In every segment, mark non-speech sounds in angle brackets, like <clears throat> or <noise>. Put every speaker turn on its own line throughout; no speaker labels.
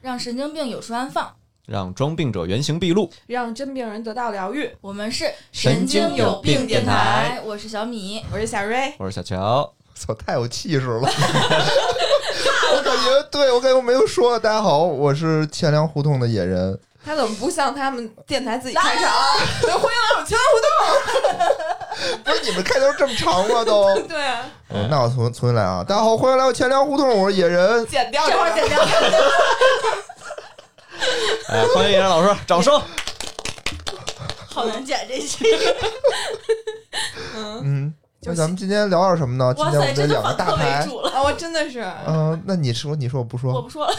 让神经病有处安放。
让装病者原形毕露。
让真病人得到疗愈。
我们是
神经有病电台，
我是小米。
我是小瑞，
我是小乔，
操，太有气势了！ <laughs> 我感觉，对我感觉我没有说。大家好，我是钱粮胡同的野人。
他怎么不像他们电台自己开场 <laughs> 啊？欢迎来我们全互
不是你们开头这么长吗？都，
动。 <laughs> 对啊，
哦那我重重新来啊！大家好，欢迎来到钱粮胡同，我是野人。
剪掉
这会儿
剪掉。
哎，欢迎野人老师，掌
<laughs>
声！
好难剪这期，
嗯
嗯，
就
那
是
咱们今天聊点什么呢？今
哇
天我
塞，
们这
真的
两个
反
大
客为
<laughs>
牌，
主了。
<laughs> 啊，我真的是
嗯、那你说，你说我不
我
说？
不说了，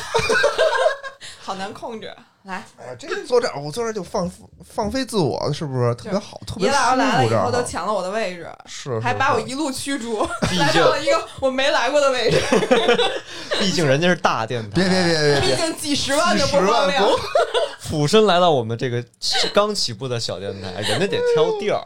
好难控制。来，
哎，这坐这儿，我坐这儿就放放飞自我，是不是特别好，特别
野
舒
老师来了
服？
以
这
后
儿啊
都抢了我的位置，
是，啊
还
是
把我
是
一路驱逐， <laughs>
毕
来
竟
到，了一个我没来过的
<laughs>
位置。
毕竟人家是大电台，
别别别别
毕
别，
竟 <laughs> 几十万的
十
播放
万
量，
不
俯身来到我们这个刚起步的小电台，人家得挑地儿。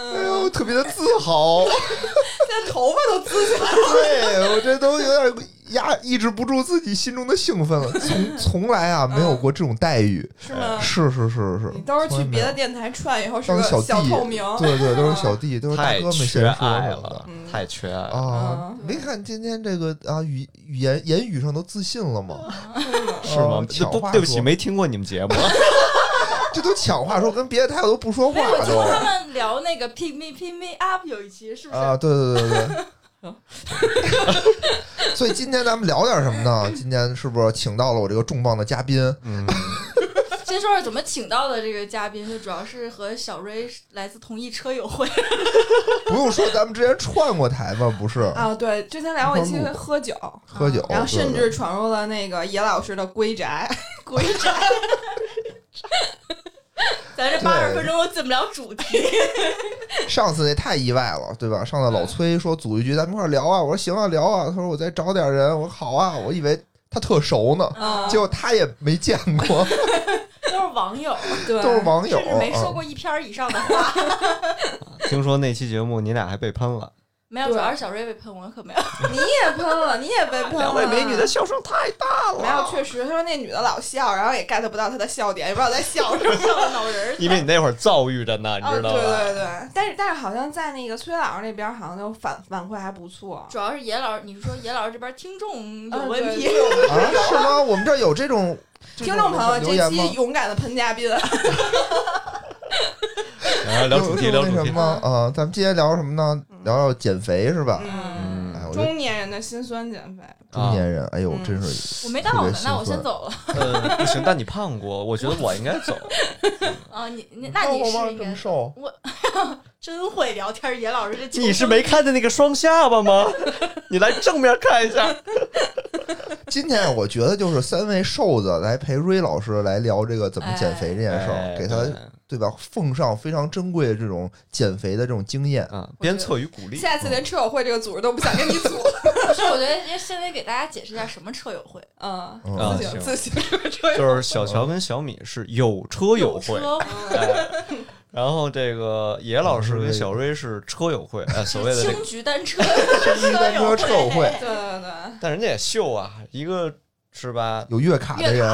哎呦，特别的自豪。
现在头发都滋起来了。
对我这都有点压抑制不住自己心中的兴
<laughs>
奋了，从从来啊没有过这种待遇，
是吗？
是是是是
嗯你，都是
从
去
来没
别的
有
电台串以后是
当
个
小弟
透明，
<laughs> 对对，都
嗯
是
<laughs>
小弟，都是大
太
哥们
缺
先说
爱
什么的
了
嗯，
太缺爱了。
啊
嗯！
没看今天这个啊语语言言语上都自信
<laughs>
了吗？
是吗
啊？
这
抢
不
话，
对不起，
说
没听过你们节
<laughs>
目。
这都抢话说，跟别的台我都不说
没
话
有我听他
都
们聊那个 pick me pick me up 有一期，是不是？
啊！对对
<laughs>
对对。所以今天咱们聊点什么呢？今天是不是请到了我这个重磅的嘉宾？
嗯，
先说说怎么请到的这个嘉宾，就主要是和小瑞来自同一车友会，
<laughs> 不用说，咱们之前串过台吗？不是，
啊，对，之前聊过一期
一块儿录
喝酒，
喝酒，
然后甚
对对
至闯入了那个野老师的闺
<laughs>
宅，
鬼宅。咱这
对
八十分钟进不了主题，
上次那太意外了，对吧？上次老崔说组一局，咱们一块儿聊啊，我说行啊，聊啊。他说我再找点人，我说好啊，我以为他特熟呢，
啊
结果他也没见过，
都是网友，
对，
都是网友
甚至没说
啊。
过一篇儿以上的话。
听说那期节目你俩还被喷了，
没有，
对
主要是小瑞被喷，我可没有。
你也喷了，你也被喷了。
笑声太大。
没有，确实，他说那女的老笑，然后也 get 不到她的笑点，也不知道在
<laughs>
笑什么。
笑脑仁儿
因为你那会儿躁郁着
<laughs>
呢，你
哦，
知
对
道吧？
对对，但是但是好像在那个崔老师那边，好像就反反馈还不错。
主要是野老师，你说野老师这边听众有
嗯
问题，
对对
啊，是吗？我们这儿有这种这
听
种
众朋友，
留言
这
吗
期？勇敢的喷嘉宾，
然后啊聊主题，
有
聊
有那
主
什
题
么。啊？咱们今天聊什么呢？聊聊减肥是吧？
嗯，
嗯
哎，，我觉得
中年人的辛酸减肥，
啊
中年人，哎呦，
嗯
真是
我没到
特别
呢，
兴
那我先
奋
走了
呃，不行，但你胖过，我觉得我应该走。
啊！你你那你
你
是
看我吗
应
这
该
么瘦？
真会聊天，野老师这
你是没看见那个双下巴吗？ <laughs> 你来正面看一下。
今天我觉得就是三位瘦子来陪瑞老师来聊这个怎么减肥这件事
哎
儿，给他哎对吧？奉上非常珍贵的这种减肥的这种经验。
<laughs> 啊，鞭策与鼓
<laughs>
励。
下次连车友会这个组织都不想跟你组。
不是？我觉得先得给大家解释一下什么车友会，
<laughs> 嗯，
嗯
自
行
行自行车友
就是小乔跟小米是有车友会，
车
哎然后这个野老师跟小瑞是车友会，哎，所谓的这
<laughs> 青
个，
桔单车车友
车友会
对对对，
但人家也秀啊，一个是吧？
有月卡的人，有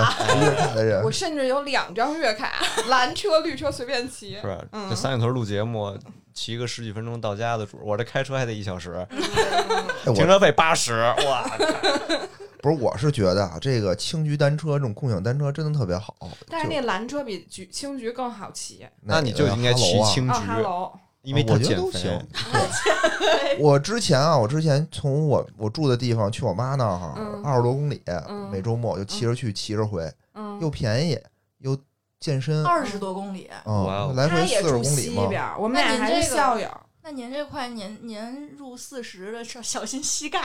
月卡的人
我，甚至有两张月卡，蓝车、绿车随便骑
是。吧？
嗯
这三里屯录节目，骑个十几分钟到家的主，我这开车还得一小时，
<laughs>
哎，
停
我
车费八十，
<laughs>
哇！
不是，我是觉得啊，这个青桔单车这种共享单车真的特别好。
但是那蓝车比橘青桔更好骑。
那你就应该骑青
哦
桔，
哈喽，
因为它
啊我觉得
减
都
肥
<laughs>
行。。我之前啊，我之前从我我住的地方去我妈那儿哈，
嗯
二十多公里，
嗯
每周末我就骑着去，骑着回，又
嗯，
便宜又健身，
二十多公里。
哇哦
嗯，来
他
回
也
四十
住
公里
西
嘛。
边儿，我们俩
那
还
您
是
这个
校友。
<laughs> 那您这快年年入四十了，小小心膝盖。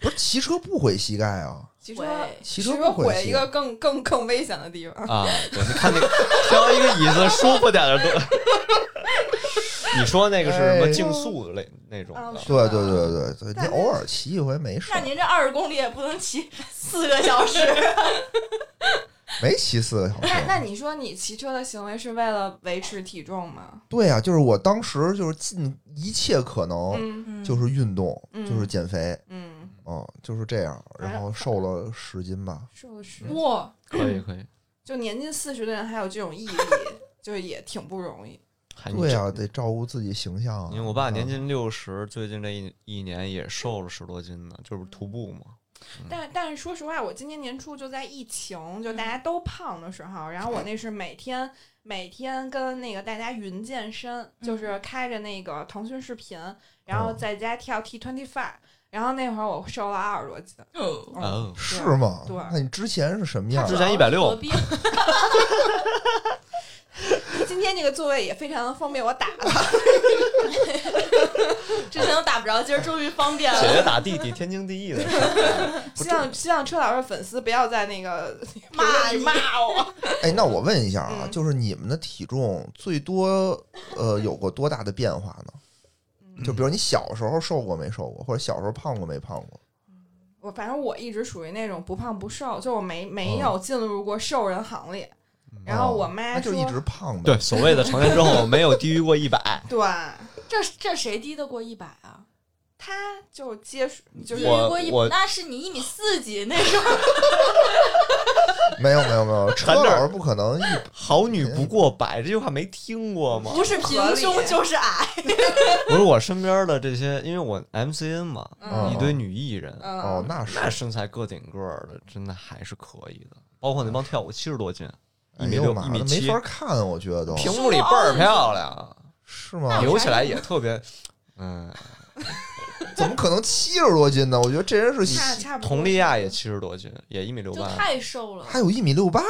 不是骑车不毁膝盖啊，
骑车
会，
骑
骑
车
车
不毁
毁
膝
一
盖
个更更更危险的地方。
啊，对，你看那个挑一个椅子舒服点儿的都。你说那个是
哎
什么竞速类那种
啊
的？
是
对对对对对，
但
你
是
偶尔骑一回没事
那
儿，
您这二十公里也不能骑四个小 <laughs> 时，
没骑四个小时。
那那你说你骑车的行为是为了维持体重吗？
对呀、就是我当时就是尽一切可能，
嗯
就是运动，
嗯
就是减肥。
嗯，
嗯，就是这样，然后瘦了十斤吧。
瘦十，
哇，
可以可以，
就年近四十的人还有这种毅力， <laughs> 就也挺不容易。
还
对啊，得照顾自己形象啊。
因为我爸年近六十，最近这一一年也瘦了十多斤呢，就是徒步嘛。
但但是说实话，我今年年初就在疫情，就大家都胖的时候，然后我那是每天每天跟那个大家云健身，就是开着那个腾讯视频，然后在家跳 T twenty five，然后那会儿我瘦了二十多斤。嗯
哦，
是吗？
对
那你之前是什么样
之
啊？
前160
合并
今天这个座位也非常方便我打了，
之前都打不着，今儿终于方便
姐
了，
姐打弟弟，天经地义的事儿。
希望希望车老师粉丝不要在那个
骂
评论
你
里骂我。
哎，那我问一下啊，
嗯
就是你们的体重最多呃有过多大的变化呢？就比如你小时候瘦过没瘦过，或者小时候胖过没胖过？
我反正我一直属于那种不胖不瘦，就我没没有进入过瘦人行列。然后我妈
嗯哦那就
说，
一直胖呗。
对，所谓的成年之后没有低于过一百，
对，
这这谁低得过一百啊？
她就接受就是
低
我
过一
我
百，那是你一米四几那时候，
没有没有
<laughs>
没有，车
缠着
老师不可能一
<laughs> 好女不过百这句话没听过吗？
不是
合
平
理
胸就是矮，
不是我身边的这些，因为我 MCN 嘛，
嗯
一堆女艺人，
嗯
哦，那是
那身材个顶个儿的，真的还是可以的。包括那帮跳舞七十多斤，一
哎
米
呦
六、
妈
一米
的
七
没，法看，我觉得都
屏幕里倍儿漂亮，
是吗？
扭起来也特别，嗯，
怎么可能七十多斤呢？我觉得这人是
差差不多。
佟丽娅也七十多斤，也一米六
就
八，
太瘦了。
还有一米六八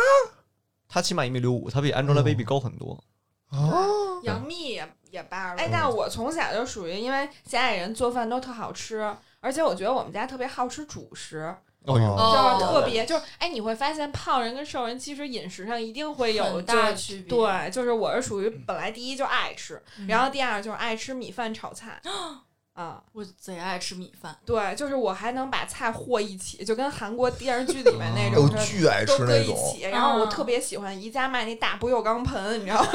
她起码一米六五，她比 Angelababy 高很多。
啊！
嗯杨幂也也八十。哎
嗯，
但我从小就属于，因为家里人做饭都特好吃，而且我觉得我们家特别好吃主食，
哦
哦
就
哦
是特别就是哎，你会发现胖人跟瘦人其实饮食上一定会有
很大
就
区别，
对，就是我是属于本来第一就爱吃，
嗯
然后第二就是爱吃米饭炒菜， <sniffs> 啊，
我贼爱吃米饭，
对，就是我还能把菜和一起，就跟韩国电视剧里面那
哎我
种是
巨爱
都
吃
搁
那
一
种，
起，然后我
啊
特别喜欢宜家卖那大不锈钢盆，你知道吗？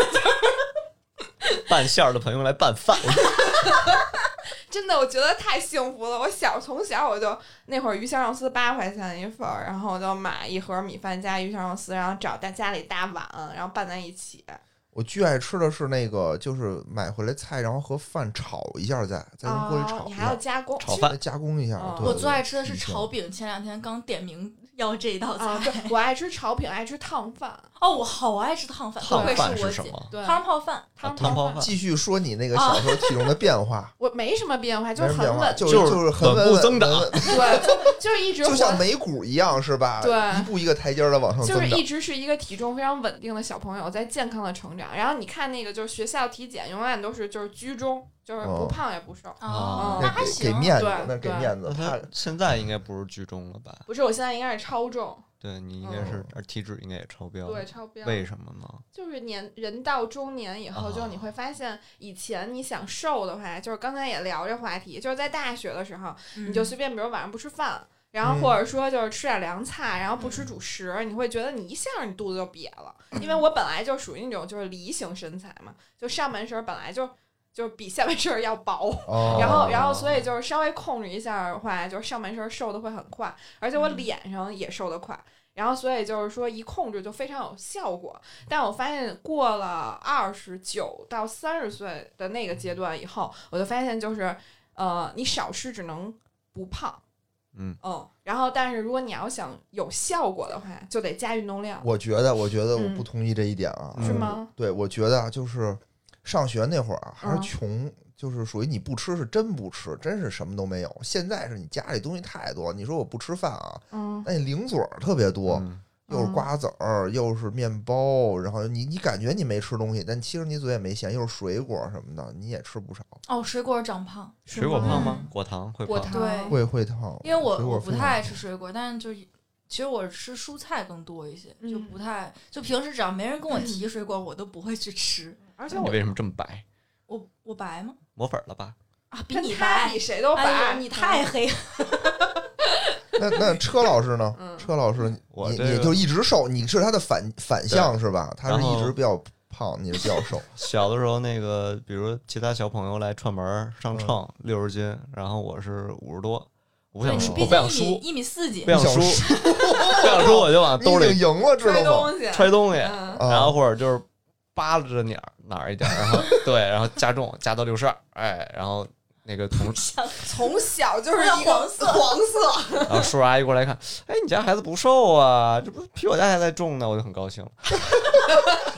拌馅儿的朋友来拌饭，
真的，我觉得太幸福了。我小从小我就那会儿鱼香肉丝八块钱一份儿，然后我就买一盒米饭加鱼香肉丝，然后找大家里大碗，然后拌在一起。
我巨爱吃的是那个，就是买回来菜，然后和饭炒一下再，再用锅里
哦
炒，一
你还要
下，
加工
炒饭
再加工一下。
哦
对
我最爱吃的是
以前
炒饼，前两天刚点名要这道
啊！
菜。
对，我爱吃炒饼，爱吃烫饭，
哦，我好爱吃烫饭，
烫
不愧
饭
我
是什
<laughs> 姐。
么？
对
汤泡饭，
啊
汤
汤泡
泡。
饭
继续说你那个小时候体重的变化，
我没什么变哦 <laughs> 化，就
没
是
什么
很
变化，
稳，
就是
就是
就是很
稳
稳
步
稳
增长
稳稳 <laughs>
对，就就是一直
就像
活，
眉骨一样，是吧？
对
一步一个台阶的往上增
就是
长
一。直是一个体重非常稳定的小朋友，在健康的成长。然后你看那个，就是学校体检永远都是就是居中，就是不
哦
胖也不瘦。
哦
哦，
那
那
还
给
行
给。面子
啊对，
那给
对
面子
那，
怕
她现在应该不是居中了吧？
不是，我现在应该是超重，
对你应该
哦
是，而体脂应该也超标了。
对，超标。
为什么呢？
就是年人到中年以后，
哦
就你会发现，以前你想瘦的话，就是刚才也聊这话题，就是在大学的时候，你
你
就随便，比如晚上不吃饭，然后或者说就是吃点凉菜，然后不吃主食，你会觉得你一下你肚子就瘪了。因为我本来就属于那种就是梨形身材嘛，就上半身儿本来就就比下半身儿要薄，
哦
然后然后所以就是稍微控制一下的话，就是上半身瘦的会很快，而且我脸上也瘦得快。然后，所以就是说，一控制就非常有效果。但我发现过了二十九到三十岁的那个阶段以后，我就发现就是，呃，你少吃只能不胖，
嗯
嗯。然后，但是如果你要想有效果的话，就得加运动量，
我觉得，我觉得我
嗯
不同意这一点啊，
嗯
是吗？
对，我觉得啊，就是上学那会儿啊，还是
嗯
穷，就是属于你不吃是真不吃，真是什么都没有。现在是你家里东西太多，你说我不吃饭啊，
嗯，
那你零嘴儿特别多，
嗯
又是
嗯
瓜子儿，又是面包，然后你你感觉你没吃东西，但其实你嘴也没闲，又是水果什么的，你也吃不少，
哦，水果长胖，
水果胖吗
嗯？
果糖会
果
胖。
糖
对
会会烫。
因为我
水果
我不太
非常
爱吃水果，但是就其实我吃蔬菜更多一些，就
嗯
不太就平时只要没人跟 <clears throat> 我提水果，我都不会去吃。
而且
你
我
为什么这么白？
我我白吗？
抹粉了吧？
啊，比
跟
你
他
白
比，谁都嗯
哎
白，
呦，你太黑了。
那那车老师呢？
嗯
车老师，
我
你
这个
你就一直瘦，你是他的反反向是吧？他是
然后
一直比较胖，你是比较瘦。
小的时候，那个比如其他小朋友来串门儿上
嗯
秤六十斤，然后我是五十多，我不
对
想
你
输，
毕
我不想
竟一米
输，
一米四几
不，想
想
输，不想输我就往啊兜
你已
里
经赢了，知
摔
道吗？
东西，
揣东西，
嗯，
啊
然后或者就是扒拉着哪儿哪儿一点儿，然后对，然后加重加到六十二，哎，然后那个同
想
从小就是
要
一个
黄色
黄色，
然后叔叔阿姨过来看，哎，你家孩子不瘦啊，这不比我家孩子还重呢，我就很高兴了。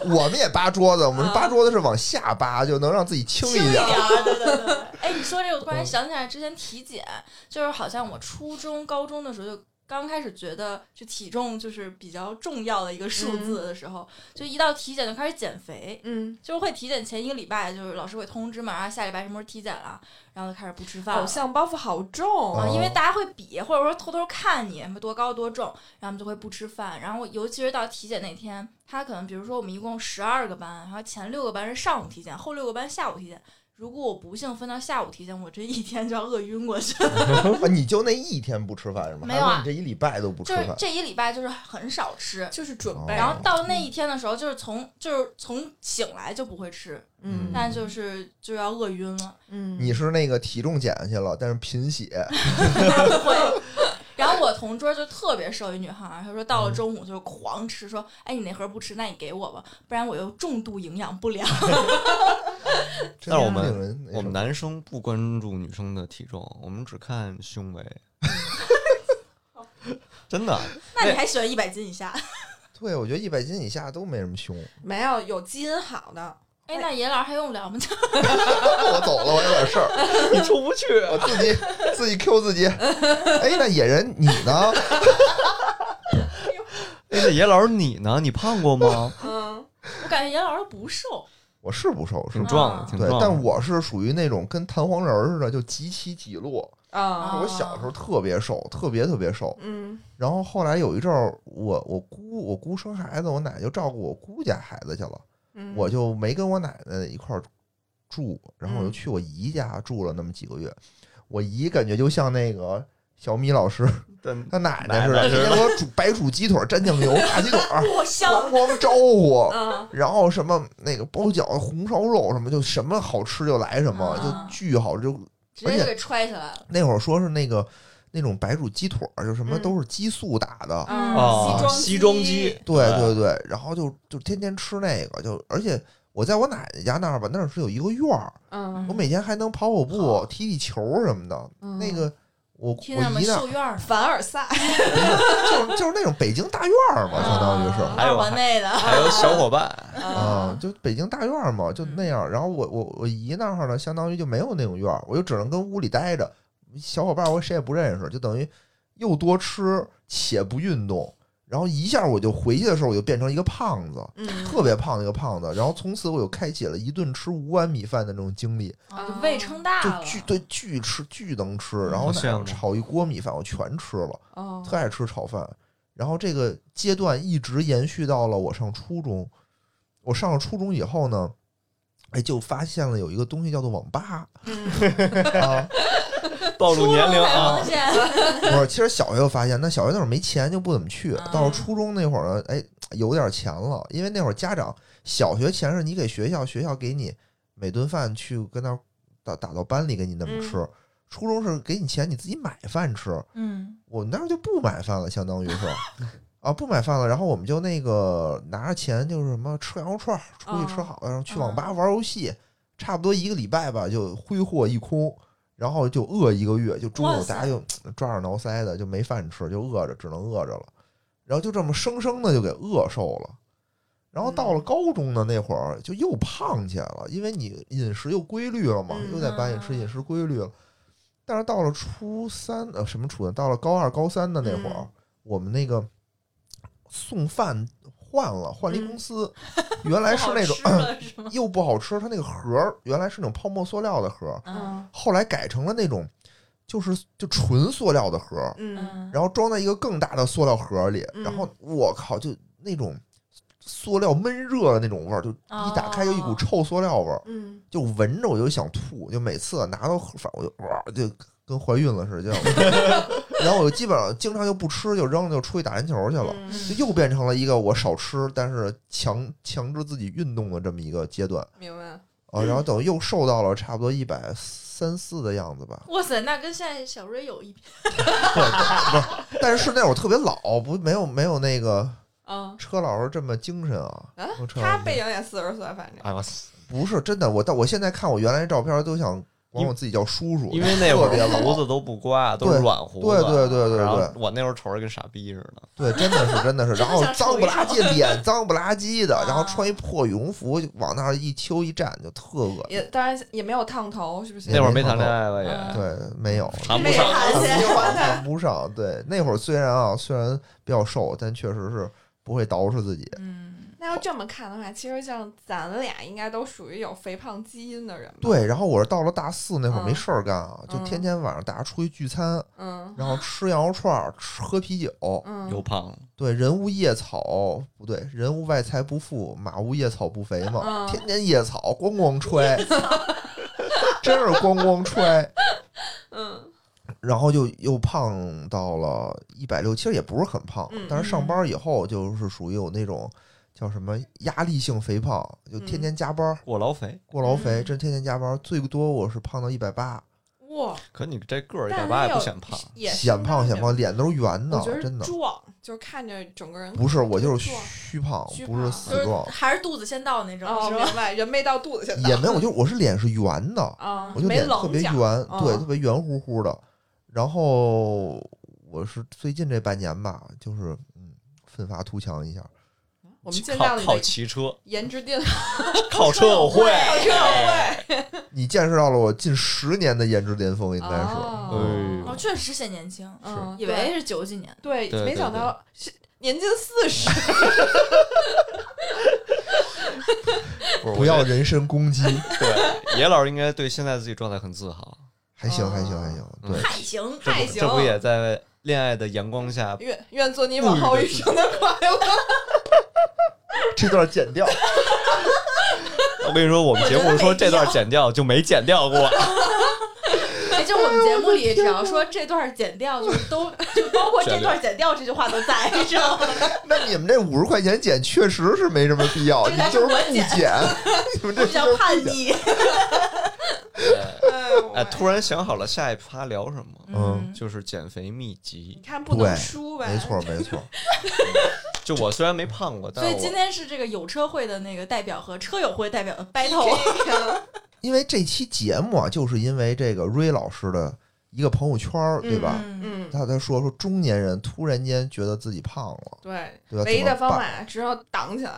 我们也扒桌子，我们
啊
扒桌子是往下扒，就能让自己轻
轻一
一点。
啊
儿对对对。 <laughs> 哎，你说这个，我突
嗯
然想起来之前体检，就是好像我初中、高中的时候就刚开始觉得，就体重就是比较重要的一个数字的时候，就一到体检就开始减肥。
嗯，
就是会体检前一个礼拜，就是老师会通知嘛，然后下礼拜什么时候体检了，然后就开始不吃饭了。
偶像包袱好重
啊，
哦
因为大家会比，或者说偷偷看你什么多高多重，然后他们就会不吃饭。然后尤其是到体检那天，他可能比如说我们一共十二个班，然后前六个班是上午体检，后六个班下午体检。如果我不幸分到下午体检，我这一天就要饿晕过去。
啊你就那一天不吃饭是吗？
没有啊
还是你这一礼拜都不吃
就是
饭。
这一礼拜就是很少吃，
就是准备，
然后到
嗯
那一天的时候，就是从就是从醒来就不会吃，
嗯
但就是就要饿晕了。
嗯，
你是那个体重减下去了，但是贫血，
会。 <laughs> 然后我同桌就特别瘦一女孩儿，她说到了中午就是狂吃，说：“哎，你那盒不吃，那你给我吧，不然我又重度营养不 <laughs> 良。
真
但是我
令
们
人那
我
什
们
么
男生不关注女生的体重，我们只看胸围。 <laughs> 真的，”
那你还喜欢一百斤以 <laughs> 下？
对，我觉得一百斤以下都没什么胸。 <laughs>
没有有基因好的，
哎，那爷老师还用不了吗？ <laughs>
我走了，我有点事儿，
<laughs> 你出不去。啊
我自己自己 Q 自己。哎，那野人你呢？
哎那个野老师，你呢？你胖过吗？
嗯，
我感觉爷老师不瘦，
我是不瘦，是
挺壮
嗯
嗯的，挺
对
壮，的。
但我是属于那种跟弹簧人儿似的，就几起几落。
啊，
我小时候特别瘦，特别特别瘦。
嗯
然后后来有一阵儿，我我姑我姑生孩子，我奶奶就照顾我姑家孩子去了，
嗯，
我就没跟我奶奶一块儿住，然后我就
嗯
去我姨家住了那么几个月。我姨感觉就像那个小米老师
但
嗯
他奶奶似
奶奶
的，
似的
天天给我煮白煮鸡腿、蘸酱油、大鸡腿儿，
我 <laughs> 香
哐哐招呼。
嗯
然后什么那个包饺子、红烧肉什么，就什么好吃就来什么，
啊
就巨好。就
直
哎
接就给揣起来了。
那会儿说是那个那种白煮鸡腿儿，就什么
嗯
都是激素打的，
嗯
哦，
西
西
装
装机，
对对对。然后就就天天吃那个，就而且我在我奶奶家那儿吧，那儿是有一个院儿，
嗯，
我每天还能跑跑步、踢踢球什么的。
嗯
那个我我
啊听见没？
姨那儿 <laughs>
兽院儿呢，
凡尔赛，
就是就是那种北京大院儿嘛，相当于是。
啊
还有
二环内的，
还有小伙伴，
啊
啊，，
就北京大院儿嘛，
嗯
就那样。然后我我我姨那儿呢，相当于就没有那种院儿，我就只能跟屋里待着。小伙伴儿我谁也不认识，就等于又多吃且不运动，然后一下我就回去的时候我就变成一个胖子，
嗯，
特别胖的一个胖子。然后从此我又开启了一顿吃五碗米饭的那种经历，
啊就胃撑大
就
了。嗯
巨对巨吃巨能吃。然
好
后那
羡
样
慕
炒一锅米饭我全吃了，
哦
特爱吃炒饭。然后这个阶段一直延续到了我上初中。我上了初中以后呢，哎，就发现了有一个东西叫做网吧
嗯
啊。
暴露年龄啊
出了才发！现
不是，其实小学就发现，但小学那会儿没钱就不怎么去
啊。
到了初中那会儿呢，哎，有点钱了，因为那会儿家长小学钱是你给学校，学校给你每顿饭去跟那儿打打到班里给你那么吃。
嗯
初中是给你钱，你自己买饭吃。
嗯，
我们当时就不买饭了，相当于是啊，不买饭了。然后我们就那个拿着钱，就是什么吃羊肉串儿，出去吃
啊
好的，然后去网吧玩游戏，差不多一个礼拜吧，就挥霍一空，然后就饿一个月，就中
哇
午
塞
大家就抓耳挠腮的，就没饭吃，就饿着，只能饿着了。然后就这么生生的就给饿瘦了。然后到了
嗯
高中的那会儿，就又胖起来了，因为你饮食又规律了嘛，
嗯
又在班里吃饮食规律了。但是到了初三，呃，什么初三？到了高二、高三的那会儿，
嗯
我们那个送饭换了，换了一
嗯
公司，原来是那种
<laughs>
嗯
不好吃了是吗？
又不好吃，它那个盒儿原来是那种泡沫塑料的盒儿，
嗯
后来改成了那种就是就纯塑料的盒儿，
嗯
嗯，，
然后装在一个更大的塑料盒里，
嗯
然后我靠，就那种塑料闷热的那种味儿，就一打开就一股臭塑料味儿，
嗯
就闻着我就想吐，就每次啊拿到盒反我就哇，就跟怀孕了似的，就然后我就基本上经常就不吃，就扔了，就出去打篮球去了。
嗯，
就又变成了一个我少吃，但是强强制自己运动的这么一个阶段
明白，哦
啊，然后等于又瘦到了差不多一百三四的样子吧
哇塞，那跟现在小瑞有一拼。
但是那会儿特别老，不没有没有那个
嗯，
车老师这么精神啊。
啊
没有车老
他
师
背影也四十岁，反正
哎我操！
不是真的，我到我现在看我原来照片都想管我自己叫叔叔，
因为那会
特别
儿
老
胡子都不刮，都
对
是软胡
对
子。
对对对
然后
对
我那会儿瞅着跟傻逼似的。
对，真的是真
<laughs>
的是，然后
想
脏
瞅一
不拉几，脸脏不拉几的，然后
啊
穿一破羽绒服往那儿一揪一站就特恶心。
也当然也没有烫头，是不是？
也
那会儿
没
没谈
碰
恋爱吧
嗯
也，
对，没有，
谈不
没
上。
谈
谈
起
不上，
来
谈不上。对，那会儿虽然啊，虽然比较瘦，但确实是不会捯饬自己。
嗯，
那要这么看的话，其实像咱俩应该都属于有肥胖基因的人吧？，
对，然后我是到了大四那会儿没
嗯
事儿干啊，就
嗯
天天晚上大家出去聚餐，
嗯
然后吃羊肉串儿，吃喝啤酒。
嗯，
又胖了，
对，人无夜草，不对，人无外财不富，马无夜草不肥嘛，
嗯
天天夜草咣咣
<laughs>
吹，真是咣咣吹，
嗯
然后就又胖到了一百六，其实也不是很胖，
嗯
但是上班以后就是属于有那种叫什么压力性肥胖，就天天加班、
嗯
过劳肥。
过劳肥，
嗯
真天天加班，最多我是胖到一百八，
哇，
可你这个儿一
但
百
是
八也
有
不显胖，
也
显胖显胖，，脸都是圆
我
的
觉，得
真的
壮，就是看着整个人
不是我就是
壮
虚胖，
虚
不是
胖
就
死
是
壮。
还是肚子先到那种，
哦，
是吧？
明白，人没到肚子现在
也没有，就是我是脸是圆的，
啊，
我就
没
脸特
棱
别
角
圆，，对，
嗯
特别圆乎乎的。然后我是最近这半年吧，就是嗯，奋发图强一下，
我们尽
靠
量
靠
的哦
骑车，
颜值殿
靠车友会，
你见识到了我近十年的颜值巅峰，应该是。嗯
哦
哎
哦，
呦
确实显年轻，
嗯，
以为是九几年。
对，
对
没
对
想
对
到是年近四
<laughs>
十，
不是
不要人身攻击，
对，野老师应该对现在自己状态很自豪，
还行，还行，
哦
还行。
嗯
对，
太行，
这
太
不
行
这不也在恋爱的阳光下
愿愿做你往后余生的快乐。
这段剪掉。 <laughs>
我跟你说，我们节目说这段剪掉就没剪掉
<laughs>
过，
哎，就我们节目里，只要说这段剪掉，就是都就包括这段剪掉这句话都在，你知道吗？
那你们这五十块钱剪确实是没什么必
<laughs>
要，
这
你
才
就是是
我
不
剪
剪，你们这
比较叛
就是不剪。
逆。
哎呦
哎，
喂
突然想好了下一趴聊什么，
嗯，
就是减肥秘
你
籍。
看不
对
能输呗，
没错，没错。
就我虽然没胖过，但
所以今
我
天是这个有车会的那个代表和车友会代表的
<laughs>
battle。
头
因为这期节目啊，就是因为这个瑞老师的一个朋友圈儿，对吧？
嗯，
嗯，
他他说说中年人突然间觉得自己胖了，
对，
对吧？
唯一的
怎么
方
办？
法只有挡起来。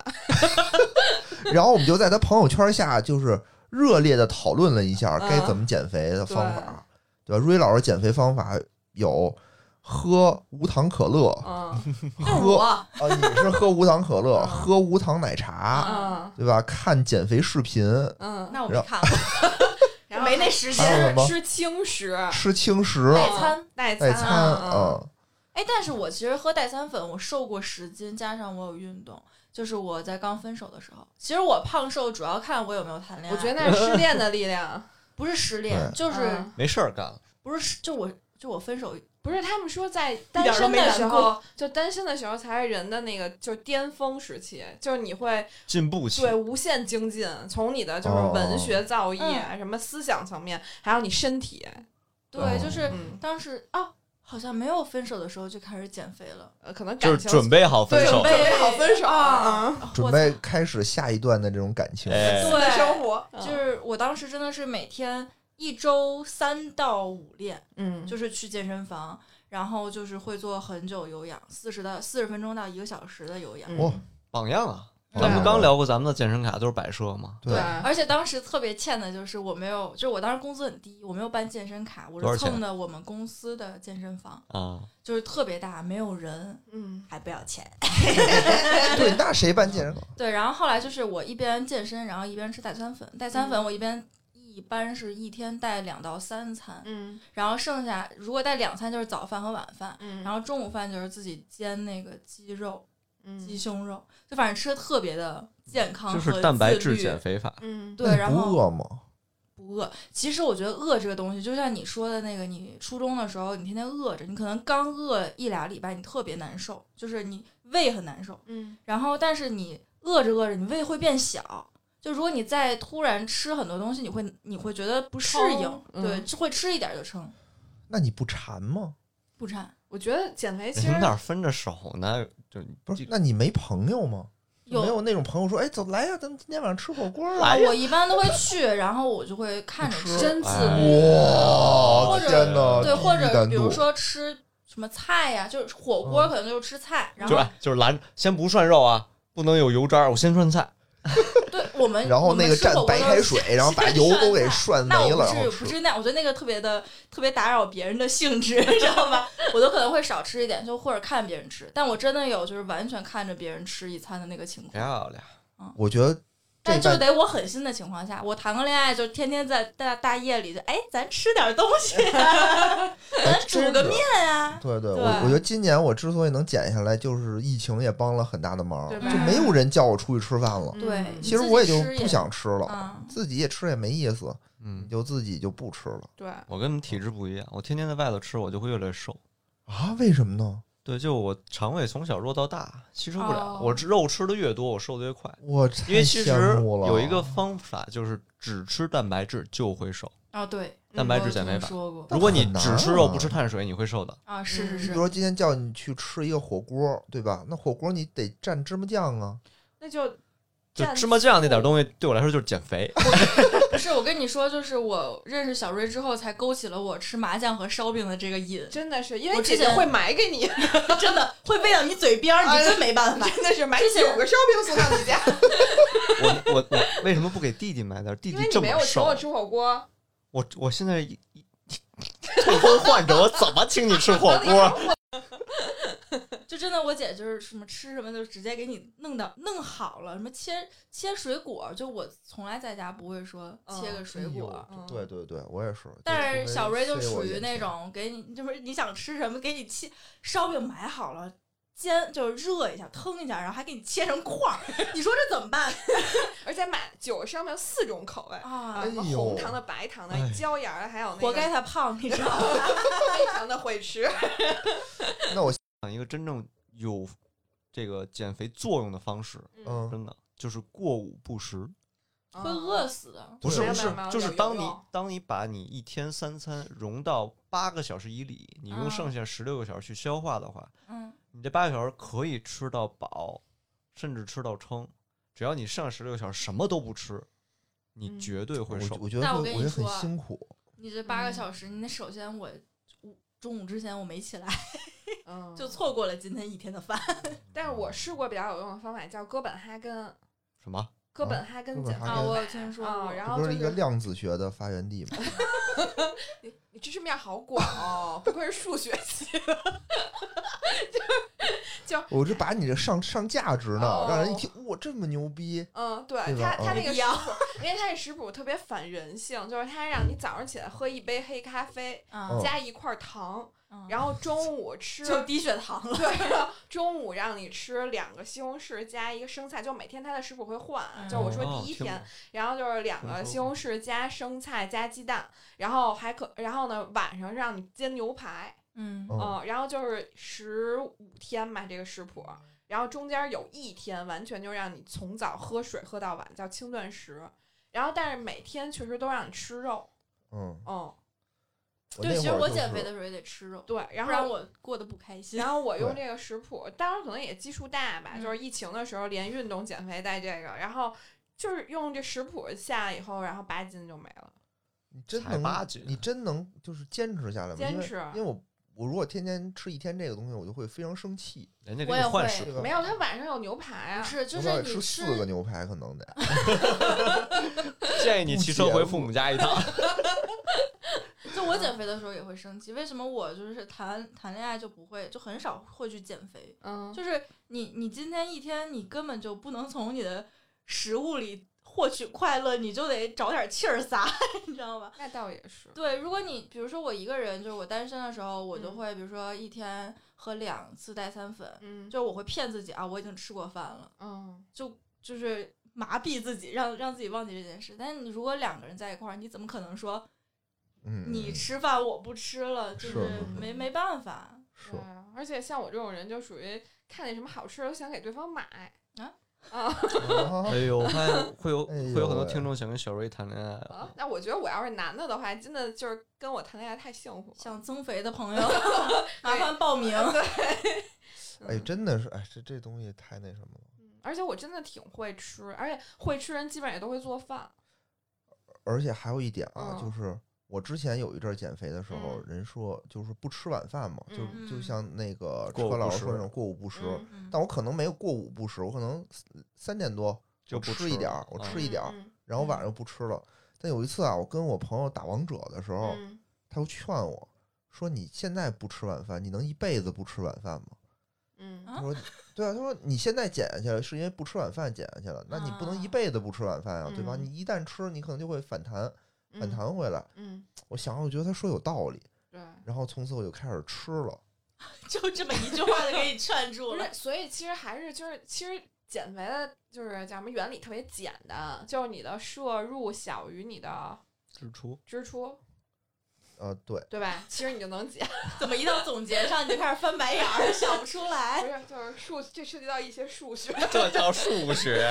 然后我们就在他朋友圈下就是热烈的讨论了一下
嗯
该怎么减肥的方法，对吧？瑞老师减肥方法有喝无糖可乐，
嗯
就是
喝啊、
我，
你是喝无糖可乐，
嗯
喝无糖奶茶，
嗯
对吧？看减肥视频，
嗯，
那我没看过，
然后
没那时
还有什
间。
么
吃吃轻食，
吃轻食、
代餐
代嗯餐
代餐，
啊，
嗯
哎，但是我其实喝代餐粉，我瘦过十斤，加上我有运动，就是我在刚分手的时候。其实我胖瘦主要看我有没有谈恋
我
爱，
觉得那是失恋的力 <laughs> 量，
不是失恋，
对
就是、
嗯
没事儿干了，
不是失就我就我分手
不是他们说在
点
单
儿都
身
没
的
难
时
过
候，就单身的时候才是人的那个就是巅峰时期，就是你会
进步期
对无限精进，从你的就是文学造诣、啊
嗯
什么思想层面，还有你身体，
对，就是
嗯，
当时啊，好像没有分手的时候就开始减肥了，
呃可能
就
感
是
情
准备好分
对
手
准
对
了，
备哦好分手啊，
啊
准备开始下一段的这种感情。
哎，
对
新的生活
我操就是我当时真的是每天一周三到五练，
嗯
就是去健身房，然后就是会做很久有氧，四十到四十分钟到一个小时的有氧。
嗯
哇
哦
榜样啊！
对
咱们刚聊过咱们的健身卡都是摆设嘛，
对
而且当时特别欠的就是我没有，就是我当时工资很低，我没有办健身卡，我
多
是
少钱
蹭的我们公司的健身房，
啊，
就是特别大，没有人，
嗯
还不要钱。
哎
对，那谁办健身卡？
对，然后后来就是我一边健身，然后一边吃代餐粉。代餐
嗯
粉我一边一般是一天带两到三餐，
嗯
然后剩下如果带两餐就是早饭和晚饭，
嗯，
然后中午饭就是自己煎那个鸡肉、鸡
嗯
胸肉，就反正吃的特别的健康
就
和
是蛋白
自
质
律
减肥法，
嗯
对，
那
然
你不
后
饿吗？
不饿。其实我觉得饿这个东西，就像你说的那个，你初中的时候你天天饿着，你可能刚饿一俩礼拜，你特别难受，就是你胃很难受。
嗯
然后但是你饿着饿着，你胃会变小，就如果你再突然吃很多东西，你会你会觉得不适应
撑，嗯
对，就会吃一点就撑，
那你不馋吗？
不馋。
我觉得减肥其
哎你
实
们哪分着手呢？就
不是，
就
那你没朋友吗？
有
没有那种朋友说，哎，走来呀，咱们今天晚上吃火锅啊？
来呀
我一般都会去，然后我就会看着吃，
真自
哎
律。
哇
或者
天哪！
对，
地狱
或者
难
比如
度嗯
说吃什么菜呀、就是火锅可能就是吃菜，然
就
后
哎就是拦，先不涮肉啊，不能有油渣儿，我先涮菜。
对我们
然
我
后
们
那个
吃
蘸
火锅
白
都
开
是 <laughs>
水，然后把
先
油都
涮
给
菜
涮
那
没
我
了，
不
然后
是不
吃。
是那样，我觉得那个特别的特别打扰别人的兴致， <laughs> 你知道吧？我都可能会少吃一点，就或者看别人吃。但我真的有就是完全看着别人吃一餐的那个情况，
漂亮，
我觉得
但
这
就
半
得我狠心的情况下，我谈个恋爱就天天在大大夜里就哎，咱吃点东
<laughs>
西、咱
哎
煮
真
<laughs> 个
的
面呀、
对对，我
对
我觉得今年我之所以能减下来，就是疫情也帮了很大的忙，
对吧
就没有人叫我出去吃饭了。
嗯
对，你
其实
自己
我也就
吃
不想吃了，
啊
自己也吃也没意思，你
嗯，
就自己就不吃了
对，
我跟你们体质不一样，我天天在外头吃，我就会越来越瘦。
啊？为什么呢？
对，就我肠胃从小弱到大，吸收不了。
哦
我吃肉吃的越多，我瘦的越快。
我太
因为其实
羡慕了
有一个方法，就是只吃蛋白质就会瘦。
啊，对，
蛋
嗯
白质减肥
我有
法
听说过
如果你
很难
只吃肉
啊
不吃碳水，你会瘦的。
啊，是是
嗯
你比
是
如，说今天叫你去吃一个火锅，对吧？那火锅你得蘸芝麻酱啊，
那就
就
蘸
芝麻酱那点东西对我来说就是减肥。
不是我跟你说，就是我认识小瑞之后，才勾起了我吃麻酱和烧饼的这个瘾。
真的是因为
我
姐
之
姐
前
会买给你，啊
真的会喂到你嘴边
哎
儿，你真没办法。
真的是买
之前
九个烧饼送到你家，
<laughs> 我我我为什么不给弟弟买点儿？弟
因
弟
为你
这
没
么
有请
瘦
我，吃火锅。
我我现在一 <laughs> 一痛风患者，我怎么请你吃火
<laughs>
锅？
就真的，我姐就是什么吃什么就直接给你弄到弄好了，什么切切水果，就我从来在家不会说切个水果。嗯
哎呦对对对，我也是。
但是小瑞就
塞我
属于
眼
那
前
种给你，就是你想吃什么，给你切烧饼买好了，煎就是热一下，腾一下，然后还给你切成块儿，你说这怎么 <laughs> 办
而且买九个烧饼四种口味。
啊
啊，？什么
哎呦
红糖的、白糖的
哎、
椒盐儿的，还有那
活
个
该他胖，你知道吗？
非常的会吃。
那我
想一个真正有这个减肥作用的方式，
嗯，
真的就是过午不食。
<laughs>
嗯
会饿死的。
不是
对
不
没
是
有没，有
就是
有
当
有
你
<laughs>
有
当你把你一天三餐融到八个小时以里，你用
嗯
剩下十六个小时去消化的话，
嗯，
你这八个小时可以吃到饱，甚至吃到撑。只要你剩下十六个小时什么都不吃，你
嗯
绝对
我
会
觉
瘦。
我觉得
但我
会我
跟
觉
你
得很
说啊
辛苦。
你这八个
嗯
小时，你首先我午中午之前我没起来，
嗯，
就错过了今天一天的饭。
啊
<laughs>
但是我试过比较有用的方法，叫哥本哈根，
什么？
哥本哈根
哥
减肥
本哈根啊
我有听说
啊
过
然
这
后
不
就是
一个量子学的发源地
<laughs>
吗？
你知识面好广哦，不愧是数学系。
我这把你这上上价值呢
哦，
让人一听哇这么牛逼，
嗯，对
对吧
他他
嗯
那个
一
食
样
谱，因为他这食谱特别反人性，就是他让你早上起来喝一杯黑咖啡，
嗯
啊
加一块糖，
嗯
然后中午
<laughs>
吃
就低血糖了。
对，然后中午让你吃两个西红柿加一个生菜，就每天它的食谱会换啊。
嗯
就我说
哦
第一
听
天，
过
然后就是两
听
个
说
西红柿加生菜加鸡蛋，然后还可，然后呢晚上让你煎牛排，
嗯
嗯
嗯，然后就是十五天吧这个食谱，然后中间有一天完全就让你从早喝水喝到晚，叫轻断食。然后，但是每天确实都让你吃肉，
嗯，
嗯，
我
对，
那
其
会
实
儿
我
就
减
是
肥的时候也得吃肉，
对。然
不
后
然我过得不开心。
然后我用
对
这个食谱，当然可能也基数大吧，
嗯
就是疫情的时候连运动减肥带这个，然后就是用这食谱下来以后，然后八斤就没了。
你真
才八
能
斤，
你真能就是坚持下来吗？
坚
因为
持
因为我我如果天天吃一天这个东西，我就会非常生气，
人家给
我
你
也
换
会
<laughs>
食
对
谱
吧？
没有，他晚上有牛排
不
啊，
是，就
我得
是你
吃四个牛排
<laughs>
可能得，
建议你骑车回父母家一
<laughs>
趟。
就我
嗯
减肥的时候也会生气。为什么我就是谈谈恋爱就不会，就很少会去减肥？
嗯，
就是你你今天一天你根本就不能从你的食物里获取快乐，你就得找点气儿撒， <laughs> 你知道吗？
那倒也是，
对，如果你比如说我一个人，就是我单身的时候，我就
嗯
会比如说一天喝两次代餐粉，
嗯
就我会骗自己啊，我已经吃过饭了，
嗯，
就就是麻痹自己，让让自己忘记这件事。但是你如果两个人在一块儿，你怎么可能说
嗯，
你吃饭我不吃了？就是是
是
没
是
没办法，
是
嗯对，而且像我这种人，就属于看见什么好吃都想给对方买
啊。
啊
哎呦，我发现会有
哎呦
会有很多
喂
听众想跟小瑞谈恋爱啊。
嗯
啊，那我觉得我要是男的的话，真的就是跟我谈恋爱太幸福了。
想增肥的 <laughs> 朋友麻烦报名。
<laughs>
<laughs>
哎，真的是，哎，这这东西太那什么了。
嗯而且我真的挺会吃，而且会吃人基本上也都会做饭。
而且还有一点啊，
嗯
就是我之前有一阵儿减肥的时候，
嗯
人说就是不吃晚饭嘛，
嗯
就就像那个
过午
车老
不
师
食
说那种过午不食。
嗯
<laughs> 嗯
但我可能没有过午不食，我可能三点多
就
我
不吃
吃一点
了
儿，我
啊
吃一点儿，
嗯
然后晚上又不吃了。但有一次啊，我跟我朋友打王者的时候，
嗯
他又劝我说：“你现在不吃晚饭，你能一辈子不吃晚饭吗？”
嗯
啊
他说：“对啊，他说你现在减下去了，是因为不吃晚饭减下去了，那你不能一辈子不吃晚饭啊，对吧？
嗯
你一旦吃，你可能就会反弹，
嗯
反弹回来。
嗯，
我想，我觉得他说有道理，
对。
然后从此我就开始吃了。
就这么一句话就给你劝住
不
了
是，。所以其实还是就是，其实减肥的就是叫什么原理特别简单，就是你的摄入小于你的
支出
支出，
呃，对，
对吧？其实你就能减，
怎么一到总结上你就开始翻白眼儿，想不出
不
来？
是，就是数，这涉及到一些数学。
<laughs> 这叫数学，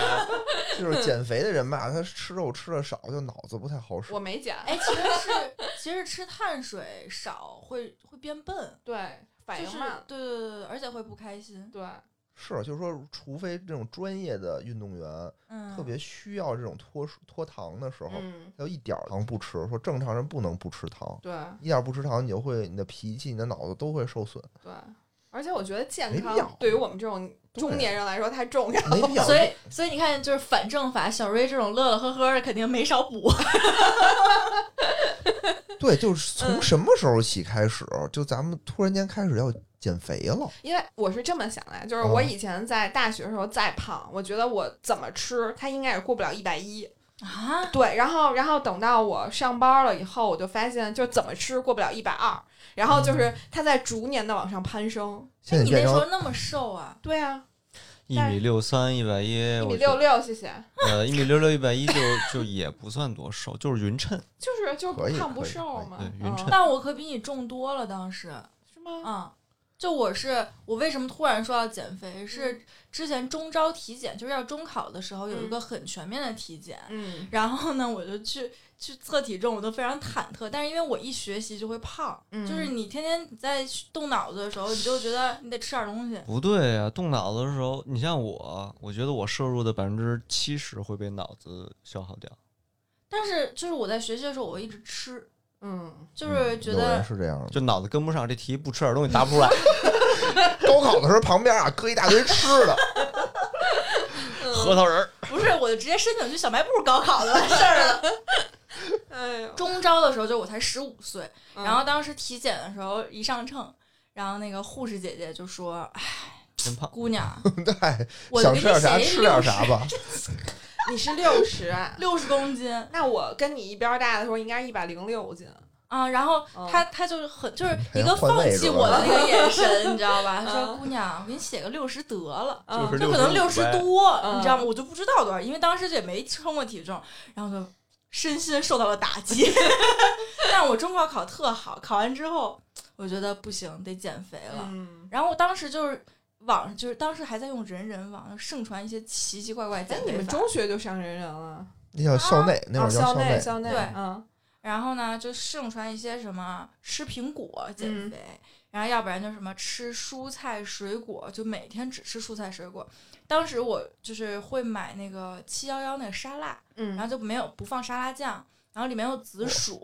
就是减肥的人吧，他吃肉吃的少，就脑子不太好
<laughs>
使
我。没减，
<laughs> 哎，其实是其实吃碳水少会会变笨，
对，反
就
应
是
慢，
对对对对，而且会不开心。
对，
是，就是说，除非这种专业的运动员
嗯，
特别需要这种脱水脱糖的时候，
嗯，
他就一点儿糖不吃。说正常人不能不吃糖，
对
一点儿不吃糖，你就会你的脾气、你的脑子都会受损，
对。而且我觉得健
没必要
康对于我们这种中年人来说太重要了。 <laughs>
没必要。
所以所以你看，就是反正法，小瑞这种乐乐呵呵的肯定没少补。
<laughs> 对，就是
嗯
从什么时候起开始，就咱们突然间开始要减肥了？
因为我是这么想的，就是
哦
我以前在大学的时候再胖，我觉得我怎么吃，它应该也过不了一百一。
<laughs> 啊，
对，然后然后等到我上班了以后，我就发现就怎么吃过不了一百二，然后就是
嗯
它在逐年的往上攀升。
哎
现在
你那
变
时候
成
那么瘦啊？
对啊，
一米六三，一百一，
哎
一
我
米
觉
六
得
六，谢谢。
呃，一米六六，一百一就就也不算多瘦，就是匀称。
就是就是
可以
不胖不
可以
瘦
可以
嘛，
对匀
嗯
称
但我可比你重多了，当时，
是吗？
嗯。就我是我为什么突然说要减肥？是之前中招体检，就是要中考的时候有一个很全面的体检，
嗯
然后呢，我就去去测体重，我都非常忐忑。但是因为我一学习就会胖，
嗯
就是你天天你在动脑子的时候，你就觉得你得吃点东西。
不对啊，动脑子的时候，你像我，我觉得我摄入的百分之七十会被脑子消耗掉。
但是就是我在学习的时候，我一直吃，
嗯，
就是觉
有人
得
是这样的。
就脑子跟不上这题，不吃点东西答不出来，
高考的时候旁边啊搁一大堆吃
<laughs>
的，
核桃仁儿。
不是，我就直接申请去小卖部高考就完事儿了。 <laughs>
哎呦，
中招的时候，就我才十五岁，
嗯
然后当时体检的时候一上秤，然后那个护士姐姐就说哎
真：“胖，
姑
<laughs>
娘，啊
对，
我
想
给
吃
你
点啥
写一
吃点
60
啥
<laughs>
吧。
你是六十啊，
六十公斤
那我跟你一边大的时候应该是一百零六斤。
啊，然后
嗯
他他就是很就是
还
一
要
个
换
放
位
弃
是吧
我的那个眼
<laughs>
神，你知道吧？他说
嗯
姑娘，啊我给你写个六十得了。
嗯
就是
就可能六十
65呗
多，
嗯
你知道吗？我就不知道多少，因为当时也没称过体重，然后就身心受到了打
<laughs>
击。但我中考考特好，考完之后我觉得不行，得减肥了。
嗯，
然后我当时就是网上，就是当时还在用人人网盛传一些奇奇怪怪
哎
减，
你
肥
们
法。
中学就上人人了？
那叫校内，那会
哦
儿叫
校
内。
校内，
对
嗯
然后呢，就盛传一些什么吃苹果减
嗯
肥，然后要不然就什么吃蔬菜水果，就每天只吃蔬菜水果。当时我就是会买那个七幺幺那个沙拉，然
嗯
后就没有不放沙拉酱，然后里面有紫薯。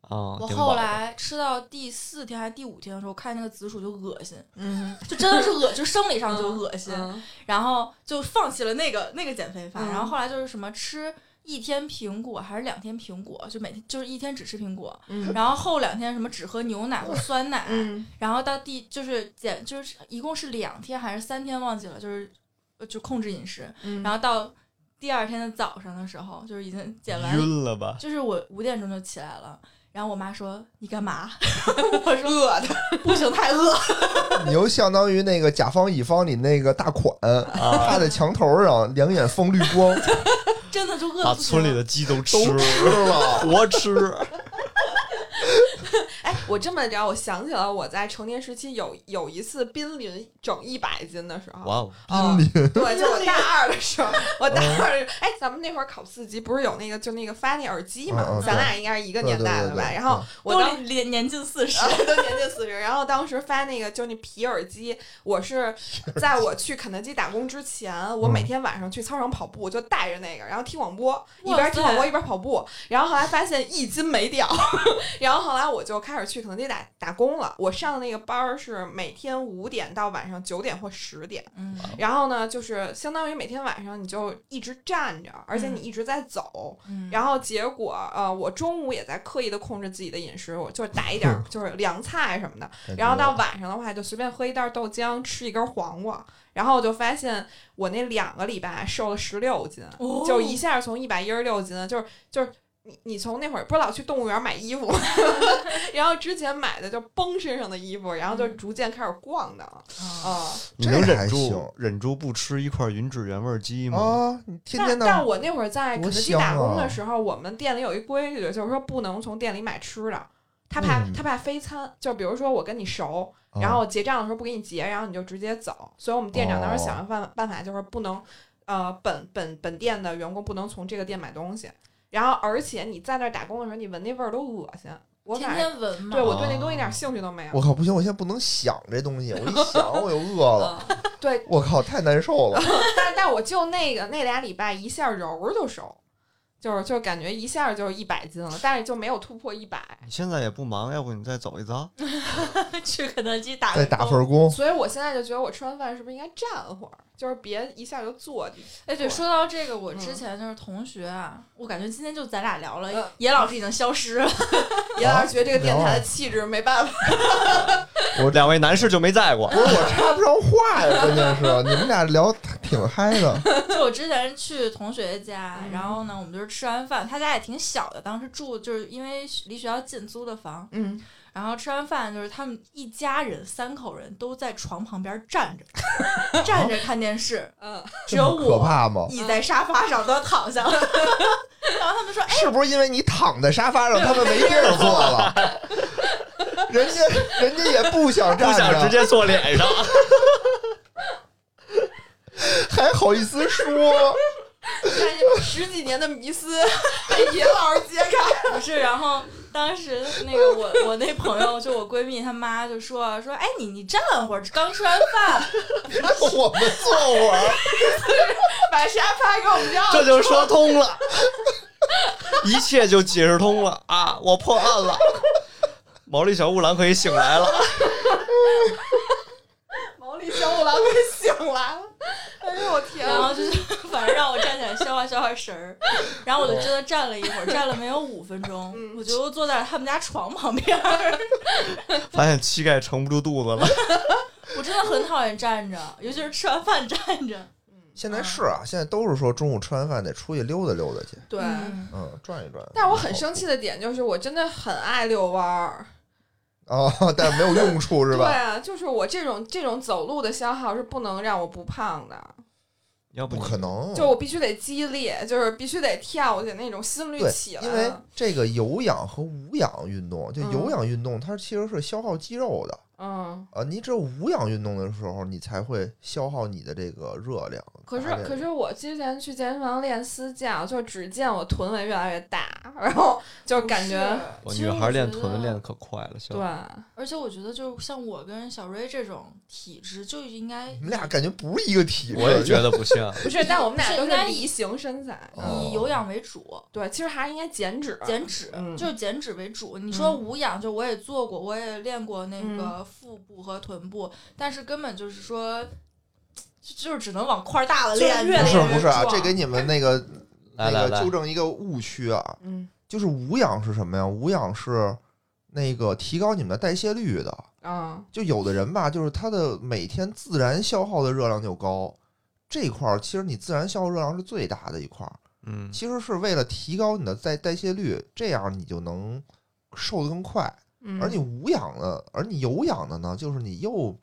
啊！
我
顶
后
饱
来吃到第四天还是第五天的时候，看那个紫薯就恶心，
嗯，
就真的是恶，就生理上就
嗯
恶心。
嗯
然后就放弃了那个那个减肥法，
嗯
然后后来就是什么吃一天苹果还是两天苹果，就每天就是一天只吃苹果，
嗯
然后后两天什么只喝牛奶和酸奶，
嗯
然后到第就是减就是一共是两天还是三天忘记了，就是呃就控制饮食，
嗯，
然后到第二天的早上的时候，就是已经减完，
晕了吧？
就是我五点钟就起来了。然后我妈说：“你干嘛？” <laughs> 我说：“饿的，不行，太饿。
你又相当于那个甲方乙方里那个大
<laughs>
款，
啊，
趴在墙头上，两眼放绿光，”
真的就饿 <laughs>
把
的不行
村里
了。
<laughs> 的鸡都吃
都吃了。
活吃。
哎，我这么聊，我想起来我在成年时期有有一次濒临整一百斤的时候。
哇哦，
哦
濒临
对，就我大二的时候， <laughs> 我大二，哎，咱们那会儿考四级不是有那个就那个发那耳机嘛？
嗯嗯
咱俩应该是一个
对
年
对
代
对
的吧？
对
然后
嗯
我
都
当
年年年近四十，
<laughs> 都年近四十。然后当时发那个就那皮耳机，我是在我去肯德基打工之前，我
嗯
每天晚上去操场跑步，我就带着那个，然后听广播，一边听广播一边跑步。然后后来发现一斤没掉， <laughs> 然后后来我就开始去肯德基打打工了。我上的那个班儿是每天五点到晚上九点或十点。
嗯
然后呢，就是相当于每天晚上你就一直站着，而且你一直在走，
嗯，
然后结果呃，我中午也在刻意的控制自己的饮食，我就是打一
嗯
点儿就是凉菜什么的，
嗯
然后到晚上的话就随便喝一袋豆浆，吃一根黄瓜，然后我就发现我那两个礼拜瘦了十六斤，
哦
就一下从一百一十六斤，就是就是。你你从那会儿不是老去动物园买衣服
<laughs>
吗，然后之前买的就崩身上的衣服，然后
嗯
就逐渐开始逛的
哦
了，嗯，
你能
这还
忍住
行
忍住不吃一块云指原味鸡吗？
啊，你天
但
天
但
的
我那会儿在肯
多
德基
香
打工的
啊
时候，我们店里有一规矩，就是说不能从店里买吃的，他怕、
嗯哦
他怕飞餐。就比如说我跟你熟，然后结账的时候不给你结，然后你就直接走。所以我们店长当时
哦
想了办办法，就是不能，呃，本本本店的员工不能从这个店买东西。然后而且你在那儿打工的时候，你闻那味儿都恶心。我
天
反正
天闻嘛，
对我对那东西一点兴趣都没有。
我靠，不行，我现在不能想这东西，我一想我就饿了，
嗯
对，
我靠，太难受
<laughs>
了。
但但我就那个那俩礼拜一下揉儿就熟，就是就感觉一下就一百斤了，但是就没有突破一百。
你现在也不忙，要不你再走一遭？
呃去肯德基打
哎
再
个
打
工
份工，
所以我现在就觉得我吃完饭是不是应该站会儿，就是别一下就坐地。
哎，对，
对
说到这个，我之
嗯
前就是同学啊，我感觉今天就咱俩聊了，
嗯
野老师已经消失了， <laughs>
也老师觉得这个电
聊
台
啊
的气质没办法。
两位男士就没在过
不，是我插不上话呀， <laughs> 关键是你们俩聊挺嗨
<laughs>
的，
就我之前去同学家，
嗯
然后呢，我们就是吃完饭，他家也挺小的，当时住就是因为离学校近租的房，
嗯，
然后吃完饭就是他们一家人三口人都在床旁边站着，站着 <laughs> 看电视，
嗯，
只
这
有
么可
我
怕吗？
倚在沙发上都躺下了， <laughs> 然后他们说，哎，
是不是因为你躺在沙发上，他们没地儿坐了？
<laughs>
人家人家也不想
不
站着，
想直接坐脸上。
还好意思说，
看这十几年的迷思被尹老师揭开。
<laughs> 不是，然后当时那个我我那朋友就我闺蜜她妈就说说，哎你你站会儿，刚吃完饭，
让我们
<laughs>
坐会儿。
把沙发给我们要
这就说通了， <laughs> 一切就解释通了啊！我破案了，毛利小五郎可以醒来了。
毛利小五郎给醒来了。哎呦我天
然
啊！
后就是 <laughs> 反正让我站起来消化消化神儿，然后我就真的站了一会儿，站了没有五分钟
哦嗯，
我就坐在他们家床旁边儿， <laughs>
发现膝盖撑不住肚子了，
我真的很讨厌站着，尤其是吃完饭站着，
嗯
现在是啊，现在都是说中午吃完饭得出去溜达溜达去，
对。
嗯
嗯，转一转。
但是我很生气的点就是，我真的很爱遛弯儿，
哦，但是没有用处是
对
吧？
啊，就是我这种这种走路的消耗是不能让我不胖的，
要不
不可能，
就我必须得激烈，就是必须得跳起那种心率
对
起，来。
因为这个有氧和无氧运动，就
啊嗯
有氧运动它其实是消耗肌肉的。
嗯，
啊，你只有无氧运动的时候，你才会消耗你的这个热量。
可是
达这个
可是我之前去健身房练私教，就只见我臀围越来越大，然后就感觉
我
不是
女孩练
其实我觉
臀
得
练的可快了，小
对，
而且我觉得就是像我跟小瑞这种体质就应该
你们俩感觉不是一个体质，
我也觉得不像。
不是，但我
不
们俩
是
都
应
是
该
梨形身材，嗯
哦
以有氧为主，
对，其实还是应该减脂，
减脂，
嗯
就是减脂为主。你
嗯
说无氧，就我也做过，我也练过那个腹部和臀部，但是根本就是说，就就是只能往块儿大了练。
就是越
不
练
是
越
不是
<laughs>
啊，
壮
这给你们那个
来
那
来
个
来
纠，正一个误区啊，
嗯
就是无氧是什么呀？无氧是那个提高你们的代谢率的。
啊，
就有的人吧，就是他的每天自然消耗的热量就高，这一块儿其实你自然消耗热量是最大的一块儿，
嗯，
其实是为了提高你的代代谢率，这样你就能瘦得更快。
嗯
而你无氧的，而你有氧的呢，就是你又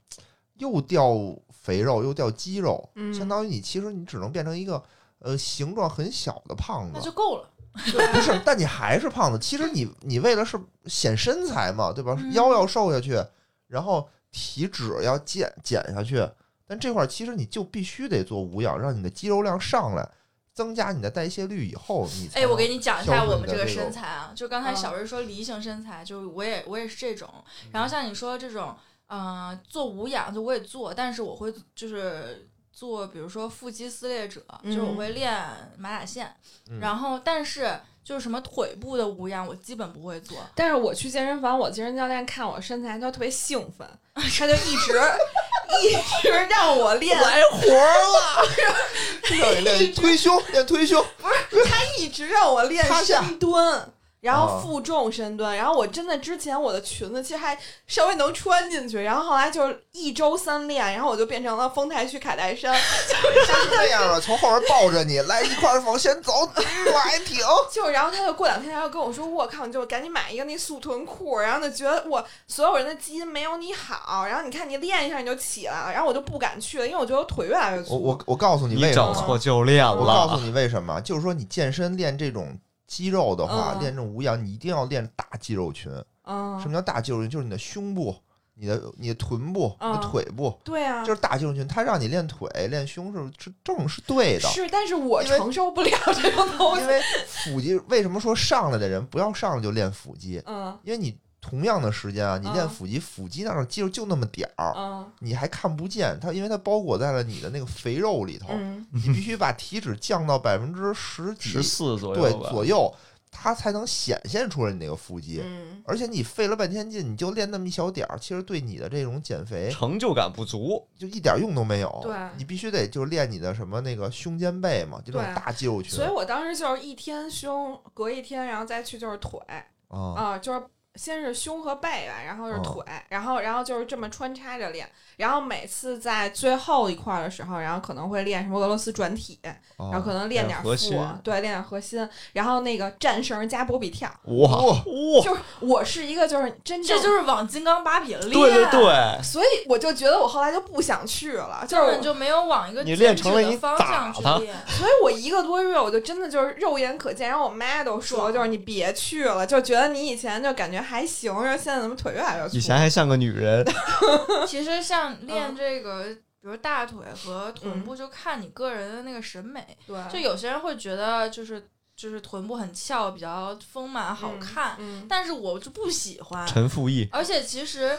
又掉肥肉又掉肌肉，
嗯
相当于你其实你只能变成一个呃形状很小的胖
那
子
就，够了，
不是，但你还是胖子。其实你你为了是显身材嘛，对吧
嗯？
腰要瘦下去，然后体脂要减减下去。但这块儿其实你就必须得做无氧，让你的肌肉量上来，增加你的代谢率以后，你才
哎，我给你讲一下
消
我
沉
们
的
这个
这
身
种
材啊，就刚才
嗯
小瑞说梨形身材，就是我也我也是这种。
嗯
然后像你说这种，呃，做无氧就我也做，但是我会就是做，比如说腹肌撕裂者，就是我
嗯
会练马甲线，
嗯
然后但是就是什么腿部的无氧，我基本不会做。
但是我去健身房，我健身教练看我身材，他特别兴奋，他就一直 <laughs> 一直让我练，
来活了， <laughs> 让你
<laughs>
练推胸，练推胸，
一直让我练
趴下
深蹲。然后
啊
负重深蹲，然后我真的之前我的裙子其实还稍微能穿进去，然后后来就是一周三练，然后我就变成了丰台区凯戴珊，
就是这样啊，从后面抱着你来一块儿往前走，来挺。
就然后他就过两天他就跟我说，我靠，你就赶紧买一个那塑臀裤，然后就觉得我所有人的基因没有你好，然后你看你练一下你就起来了，然后我就不敢去了，因为我觉得我腿越来越粗。
我我我告诉你为
你
什
找
么，
错教练
我告
了，
诉你为什么，就是说你健身练这种肌肉的话，
嗯
练这种无氧，你一定要练大肌肉群。什
嗯，
么叫大肌肉群？就是你的胸部、你的你的臀部、你
嗯
的腿部，
对啊，
就是大肌肉群。它让你练腿、练胸是是正是对的。
是，但是我
因为
承受不了这种东
因
西。
为腹肌，为什么说上来的人不要上来就练腹肌？
嗯
因为你同样的时间啊，你练
嗯
腹肌，腹肌那儿的肌肉就那么点儿，
嗯
你还看不见它，因为它包裹在了你的那个肥肉里头。
嗯
你必须把体脂降到百分之十几
十四左
对
右吧，
左右，它才能显现出来你那个腹肌。
嗯，
而且你费了半天劲，你就练那么一小点儿，其实对你的这种减肥
成就感不足。
就一点用都没有。
对
你必须得就是练你的什么那个胸肩背嘛，就这
对啊
种大肌肉群
所以我当时就是一天胸，隔一天，然后再去就是腿
哦
啊。
啊、就是。先是胸和背吧，然后是
嗯
腿，然后然后就是这么穿插着练，然后每次在最后一块儿的时候，然后可能会练什么俄罗斯转体，
然
然后可能练点
练
儿
哦核
腹
心，
对，练点儿核心，然后那个战绳加波比跳。
哇
哇
哇，
就是我是一个就是真正
这就是往金刚芭比练，
对对对，
所以我就觉得我后来就不想去了，就
根本
是
就没有往一个
你练
减
成
脂
了
的
一
方
打
向去
它
练。
<laughs>
所以我一个多月我就真的就是肉眼可见，然后我妈都说
爽
就是你别去了，就觉得你以前就感觉还行，然后现在怎么腿越来越粗？
以前还像个女
<laughs>
人，
其实
<laughs>
像
嗯
练这个，比如大腿和臀
嗯
部，就看你个人的那个审美。
嗯
对，
就有些人会觉得，就是就是臀部很翘，比较丰满好看，
嗯，
但是我就不喜欢。
陈复义，
而且其
<laughs>
实，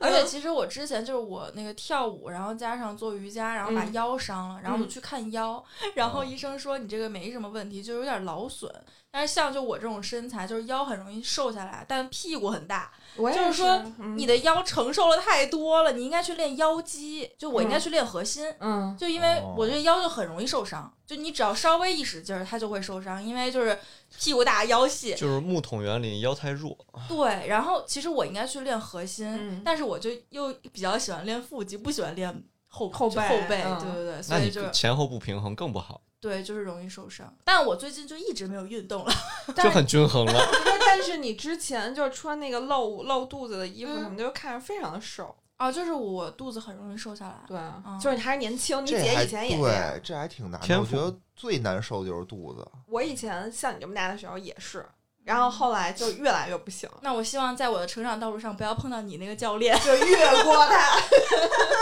而且
嗯
其实我之前就是我那个跳舞，然后加上做瑜伽，然后把
嗯
腰伤了，然后我就
嗯
去看腰，然后
哦
医生说你这个没什么问题，就是有点劳损。但是像就我这种身材，就是腰很容易瘦下来，但屁股很大。
我也
就是说
嗯
你的腰承受了太多了，你应该去练腰肌。就我应该
嗯
去练核心，
嗯
就因为
哦
我觉得腰就很容易受伤，就你只要稍微一使劲儿，它就会受伤，因为就是屁股大腰细。
就是木桶原理腰太弱，
对，然后其实我应该去练核心，
嗯
但是我就又比较喜欢练腹肌，不喜欢练后
后
就
背
后背，
嗯
对对对，所
那
以
你
就是
前后不平衡更不好，
对，就是容易受伤。但我最近就一直没有运动了， <laughs>
但
就是很均衡了。
但是你之前就穿那个露露肚子的衣服什么的，就看着非常的瘦，
啊，就是我肚子很容易瘦下来。
对，啊就是你还是年轻，你
这
姐
还
以前也这样，
对，这还挺难的。
天
我
赋
觉得最难受的就是肚子。
我以前像你这么大的时候也是，然后后来就越来越不行，
那我希望在我的成长道路上不要碰到你那个教练。
就越过它， <laughs>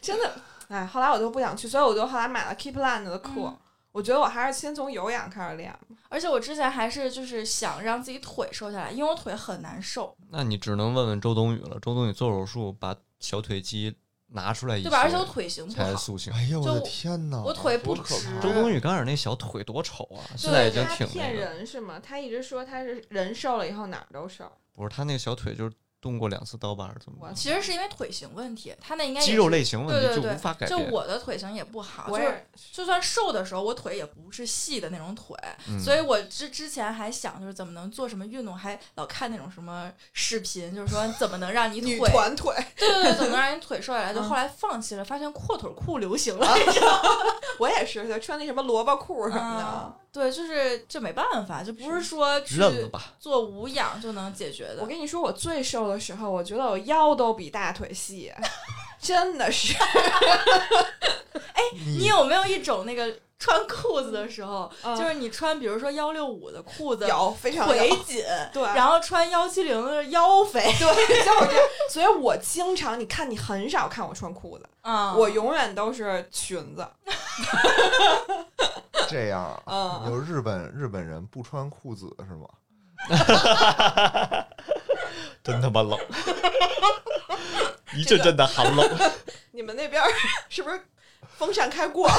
真的。哎，后来我就不想去，所以我就后来买了 Keep Land 的课。
嗯
我觉得我还是先从有氧开始练吧。
而且我之前还是就是想让自己腿瘦下来，因为我腿很难瘦，
那你只能问问周冬雨了。周冬雨做手术把小腿肌拿出来一
对
些，
吧？而且我腿型不
才
好，
塑形。
哎呀，
就
我的
我
天哪！
我腿不
<laughs>
多可
直
怕
周冬
雨
雨刚开始那小腿多丑啊，现在已经
他
挺
骗
那个。
人是吗？他一直说他是人瘦了以后哪儿都瘦。
不是他那个小腿就是动过两次刀疤，怎么
我
着
其实是因为腿型问题，他那应该也
肌肉
是。
类型问
对
题
对
就
对
无法改
就
变。
我的腿型也不好，
我
就是
也
就算瘦的时候，我腿也不是细的那种腿，
嗯
所以我之之前还想就是怎么能做什么运动，还老看那种什么视频，就是说怎么能让你腿，
女团腿，
对对对，怎么能让你腿瘦下来，就
嗯
后来放弃了，发现阔腿裤流行了，
<laughs> 我也是，就穿那什么萝卜裤什
<laughs>
么
嗯
的。，
对，就是这没办法，就不是说去
认了吧，
做无氧就能解决
我
的。
跟你说，我最瘦的时候，我觉得我腰都比大腿细， <laughs> 真的是。
你有没有一种那个穿裤子的时候，
嗯
就是你穿比如说幺六五的裤子
有非常
腿
有
紧，
嗯对 <laughs>
然后穿幺七零的腰肥，
对，像我这样，所以我经常你看，你很少看我穿裤子，
啊，
我永远都是裙子。
这样，
嗯
有日本日本人不穿裤子是吗？
真他
<laughs>
妈冷，一阵阵的寒冷。
<laughs>
你们那边儿 <laughs> 是不是风扇开过？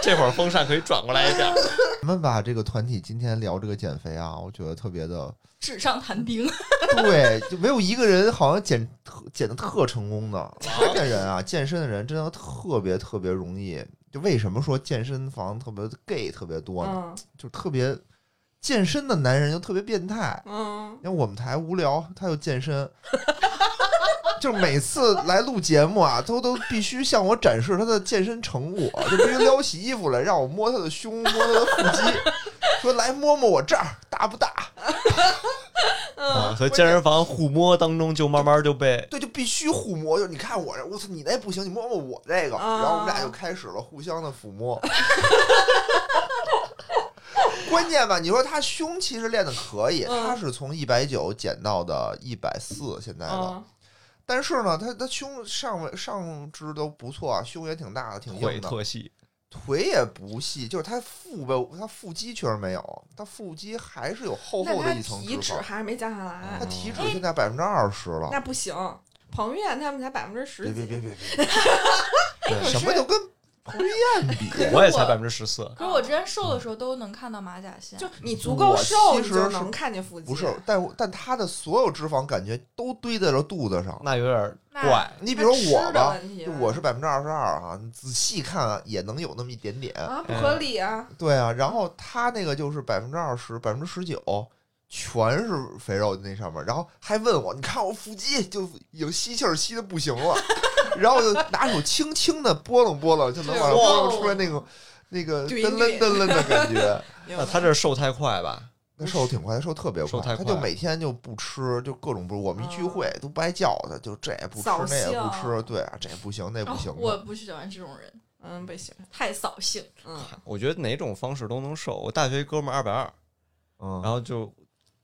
这会儿风扇可以转过来一点。
咱们把这个团体今天聊这个减肥啊，我觉得特别的，
纸上谈兵，
对，就没有一个人好像减特减的特成
<laughs>
功的。这些人啊，健身的人真的特别特别容易。就为什么说健身房特别 gay 特别多呢？
嗯
就特别健身的男人就特别变态。
嗯，
因为我们台无聊，他又健身， <laughs> 就每次来录节目啊，都都必须向我展示他的健身成果，就必须撩起衣服来让我摸他的胸，摸他的腹肌，说来摸摸我这儿大不大？嗯
嗯
嗯
啊，所以健身房互摸当中就慢慢就被
对，就必须互摸，就是你看我这，我操你那不行，你摸摸我这个，
啊
然后我们俩就开始了互相的抚摸。关键吧，你说他胸其实练的可以，
嗯
他是从一百九减到的一百四，现在的。
嗯
但是呢，他他胸上围上肢都不错啊，胸也挺大的，挺
腿
硬的，
特细。
腿也不细，就是他腹背，他腹肌确实没有，他腹肌还是有厚
那
厚
他
的一层脂
体脂
肪。
还是没降下来
他
嗯，
体脂现在百分之二十了，
那不行。彭于晏他们才百分之十
别别
几，
别别别，
对
什么就跟彭于晏比，
我也才百分之十四。
可哎是我之前瘦的时候都能看到马甲线，
就你足够
我
瘦，
其
你
实
就是能看见腹肌。
不是，但我但他的所有脂肪感觉都堆在了肚子上。
那有点
那
怪，
你比
他
如
吃
我
的
吧，
问题
就
吧
我是百分之二十二啊，你仔细看啊也能有那么一点点。
啊，不合理啊！
对啊，然后他那个就是百分之二十、百分之十九，全是肥肉那上面，然后还问我，你看我腹肌就已经吸气儿吸的不行了，然后就拿手轻轻的拨弄拨弄，就能往上拨弄出来那个那个
对
噔
对
楞噔楞的感觉。
那他这瘦太快吧？
那瘦得挺快，他瘦得特别
瘦
快，
太
他
快
就每天就不吃，就各种不。我们一聚会都不爱叫他，就这也不吃
扫
那也不
兴
吃，对啊，这也不行那也不行
哦。我不喜欢这种人，
嗯，不行，
太扫兴。
嗯，
我觉得哪种方式都能瘦。我大学一哥们儿二百二，
嗯，
然后就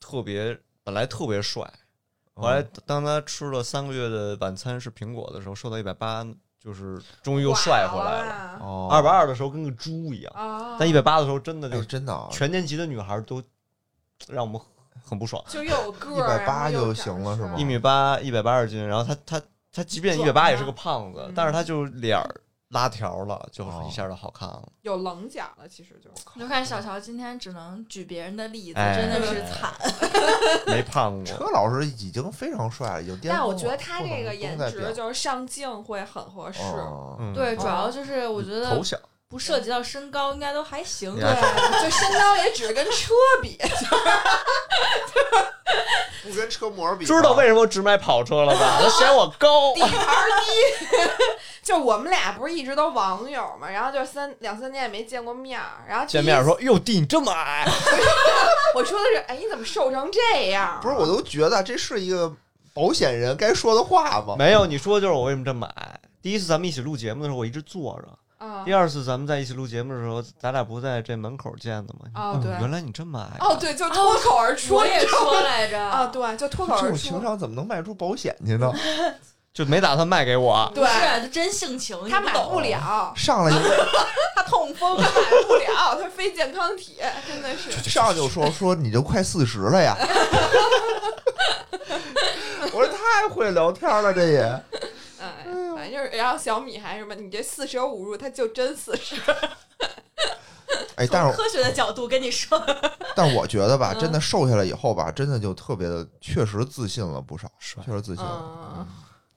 特别本来特别帅，
嗯
后来当他吃了三个月的晚餐是苹果的时候，瘦到一百八，就是终于又帅回来了。
了
哦
二百二的时候跟个猪一样，
嗯
啊！
但一百八的时候真的就
哎
是
真的啊，
全年级的女孩都让我们很不爽。
就又有个儿，
180
然后又
就
长
行了是
身
吗
一米八，一百八十斤，然后他他他即便一百
壮
八
吗
也是个胖子
嗯，
但是他就脸儿拉条了，就
哦
一下就好看了。
有棱角了，其实就
你就看小乔今天只能举别人的例子，
哎
真的是惨。
哦
没胖
车
过，
老师已经非常帅了，已经巅
但
峰了。
我觉得他
不能
这个颜
不能再
值
表
就是上镜会很合适，
哦
嗯，
对，
嗯
主要就是我觉
头
得
小，
不涉及到身高，应该都还行。
对
<laughs> 对，就身高也只是跟车比，
不跟车模比吧，
<laughs> 知道为什么只买跑车了吧？他嫌我高
底，盘儿低。 <laughs> 就我们俩不是一直都网友嘛，然后就三两三年也没见过面儿，然后第一
见面说：“哟，弟你这么 <laughs> 矮，
我说的是，哎，你怎么瘦成这样？
不是，我都觉得这是一个保险人该说的话吗？
没有，你说就是我为什么这么矮。第一次咱们一起录节目的时候，我一直坐着；
啊
第，二次咱们在一起录节目的时候，咱俩不在这门口见的吗？
哦对
原来你这么矮啊
哦，对，就脱口而出，
我也说来着
啊，，对，就脱口
这
而
种
出
情。商怎么能卖出保险去呢？
就没打算卖给我。
不是真性情，
他
你
买
懂
不
<laughs>
了，
上来就问
他痛风，他买不了，他非健康体，真的是。
上来就说说你都快四十
<laughs>
了呀。我说太会聊天了，这也
哎，反正就是，然后小米还是什么，你这四舍五入，他就真四十。
哎，但
从
是
科学的角度跟你说， <laughs>
但我觉得吧，
嗯
真的瘦下来以后吧，真的就特别的，确实自信了不少，
帅
确实自信了。
嗯，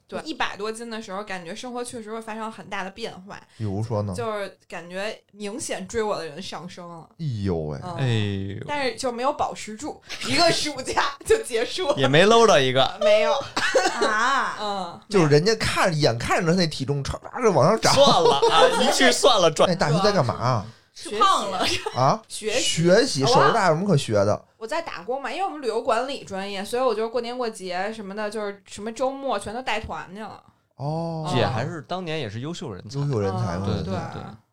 对，一百多斤的时候，感觉生活确实会发生很大的变化，
比如说呢，
就是感觉明显追我的人上升了，
哎呦喂，
嗯，
哎呦，
但是就没有保持住， <laughs> 一个暑假就结束了，
也没搂着一个，
没有，
<laughs> 啊，
嗯，
就是人家看眼看着那体重唰唰就往上涨
算，了 <laughs> 啊，一句算了，转
那你大学在干嘛啊？
是胖了，
啊，
学习。
学习，
哦
首师大有什么可学的？
我在打工嘛，因为我们旅游管理专业，所以我就是过年过节什么的，就是什么周末全都带团去了。
哦，
姐还是当年也是优秀人才
<laughs> 优，秀人才
嗯
嘛，
对
对嗯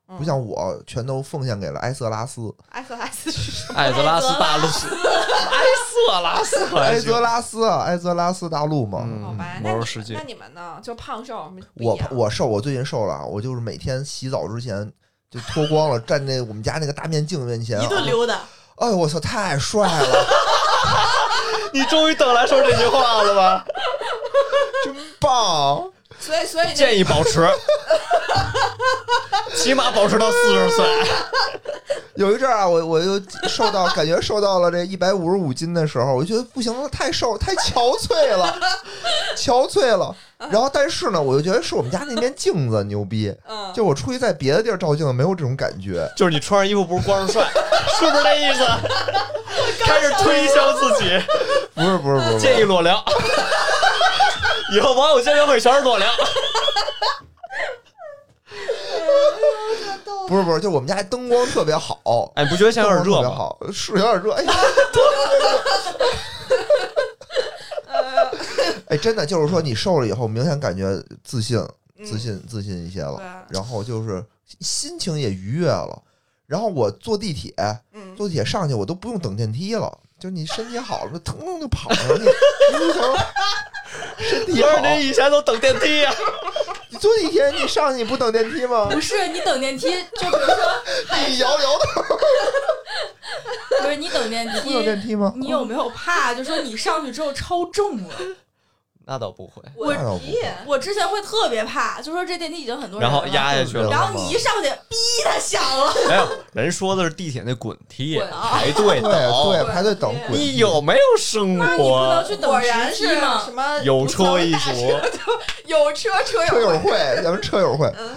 对，
不像我全都奉献给了埃瑟
<laughs>
拉斯。
埃克拉斯是什么？
艾泽拉斯大陆，埃瑟拉斯还
埃
行，
泽拉斯啊，埃泽拉斯大陆嘛。
哎嗯
好吧，
嗯
那
魔兽
你
世界
那你们呢？就胖瘦有什么不一
我
样
我瘦，我最近瘦了，啊我就是每天洗澡之前就脱光了，站在我们家那个大面镜面前，
一顿溜 <laughs> 达，
哎呦我操，太帅了，
你终于等来说这句话了吧？
真棒！
所以所以
<laughs>
那
建议保持，起码保持到四十岁。
有一阵儿啊，我我就瘦到感觉瘦到了这一百五十五斤的时候，我觉得不行了，太瘦了，太憔悴 <laughs> 了，憔悴了。然后但是呢，我就觉得是我们家那面镜子牛逼，
嗯，
就我出去在别的地儿照镜子没有这种感觉。
就是你穿上衣服不是光着帅，是不是这意思？开始推销自己，
<laughs> 不是不是不是不
建
是，
议裸聊。以后网友见面会全是裸聊，
不是不是， <laughs> 就我们家灯光特别好，
哎，你不觉得现在有点
灯光
热吗？
特别好，是有点热。哎 <laughs> 呀，
呃
哎，真的就是说你瘦了以后，明显感觉自信、自信、自信一些了。
嗯对，啊
然后就是心情也愉悦了。然后我坐地铁，
嗯，
坐地铁上去我都不用等电梯了，就你身体好了，腾腾就跑上去，你就身体
不是
好，
您以前都等电梯啊呀、
你坐地铁你上去你不等电梯吗？
不是你等电梯，就比如说
你摇摇的
不是你等电
<laughs> 不等电
梯，
梯吗？
你有没有怕？就说你上去之后超重了，
<laughs> 那倒不会。
我
那倒不
皮
我之前会特别怕，就说这电梯已经很多人
然
了，
后压下去
了
了，
然后你一上去，逼它响了，
没有人说的是地铁那滚梯
嗯
滚啊
排队
对
等，
对，排队等滚。
你有没有生
那你不能
活？
去等
果然
直
嗯
梯
是什
吗？
么
有车一
族，
族，
有车车
车
友
友
会，
会，咱们车友会。
嗯。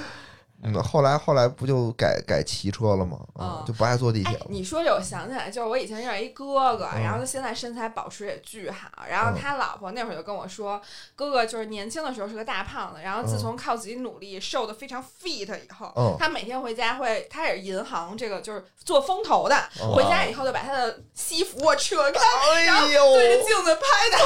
嗯，后来后来不就改改骑车了吗？啊
啊，
就不爱坐地铁
哎
了，。
你说这我想起来，就是我以前认识一哥哥，
嗯
然后他现在身材保持也巨好，然后他老婆那会儿就跟我说，哥哥就是年轻的时候是个大胖子，然后自从靠自己努力瘦的非常 fit 以后，
嗯
他每天回家会，他也是银行这个就是做风投的，
嗯
回家以后就把他的西服啊扯开，
哎呦，
对着镜子拍的，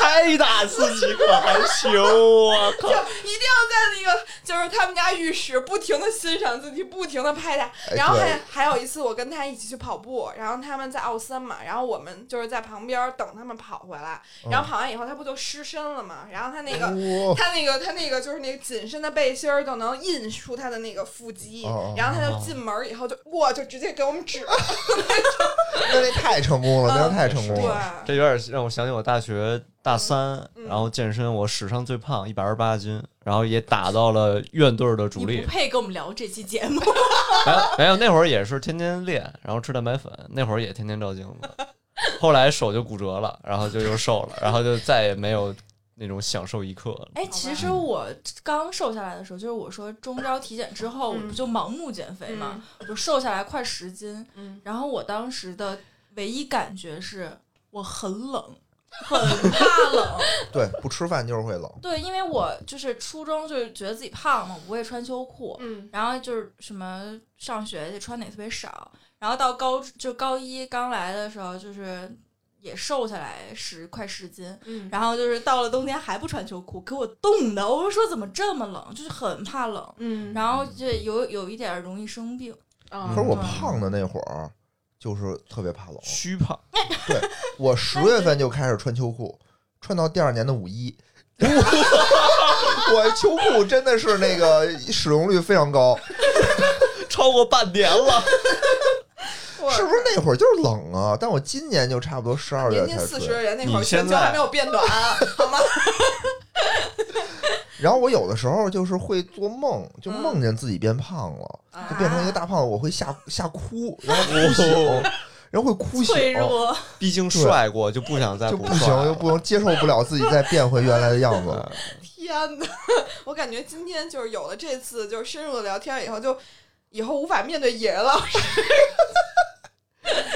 拍打自己可还行，我靠
就！一定要在那个就是他们家浴室不停的欣赏自己，不停的拍他。
哎
然后
对
还还有一次，我跟他一起去跑步，然后他们在奥森嘛，然后我们就是在旁边等他们跑回来，然后跑完以后他不就湿身了嘛，然后他那个。
哇
他那个，他那个就是那个紧身的背心儿，就能印出他的那个腹肌。
哦哦
然后他
哦
就进门以后就哇，就直接给我们指。
那那太成功了，
嗯
那太成功
对，
了。
这有点让我想起我大学大三，
嗯
然后健身，我史上最胖一百二十八斤，然后也打到了院队的主
你
力 <laughs>
不。配跟我们聊这期节目，
没有没有，那会儿也是天天练，然后吃蛋白粉，那会儿也天天照镜子。后来手就骨折了，然后就又瘦了，然后就再也没有那种享受一刻了。
哎，其实我刚瘦下来的时候，就是我说中招体检之后，我
嗯
不就盲目减肥嘛，我就瘦下来快十斤。
嗯，
然后我当时的唯一感觉是我很
<laughs>
冷，很怕冷。
对，不吃饭就是会冷。
对，因为我就是初中就是觉得自己胖嘛，不会穿秋裤，
嗯
然后就是什么上学就穿的也特别少，然后到高就高一刚来的时候，就是也瘦下来十快十斤，
嗯，
然后就是到了冬天还不穿秋裤，给我冻的，我就说怎么这么冷，就是很怕冷，
嗯，
然后就有有一点儿容易生病。
可是我
嗯
胖的那会儿，就是特别怕冷。
虚胖，
我十月份就开始穿秋裤，穿到第二年的五一。我 <laughs> 秋裤真的是那个使用率非
<laughs>
常高，
超过半年了，
我
是不是那会儿就是冷啊？但我今年就差不多十二月
年
才
近四十
穿。
的人那会儿，
你现
全球还
在
没有变暖，好吗？
然后我有的时候就是会做梦，就
嗯啊
梦见自己变胖了，就变成一个大胖子，我会吓吓哭，然后哭醒，然后会哭醒，
脆弱，
<laughs> 毕竟帅过就不想再
就
不
不
帅
行，
了
又不能接受不了自己再变回原来的样子了。
嗯
天哪！我感觉今天就是有了这次就是深入的聊天以后，就以后无法面对野人了。 <laughs>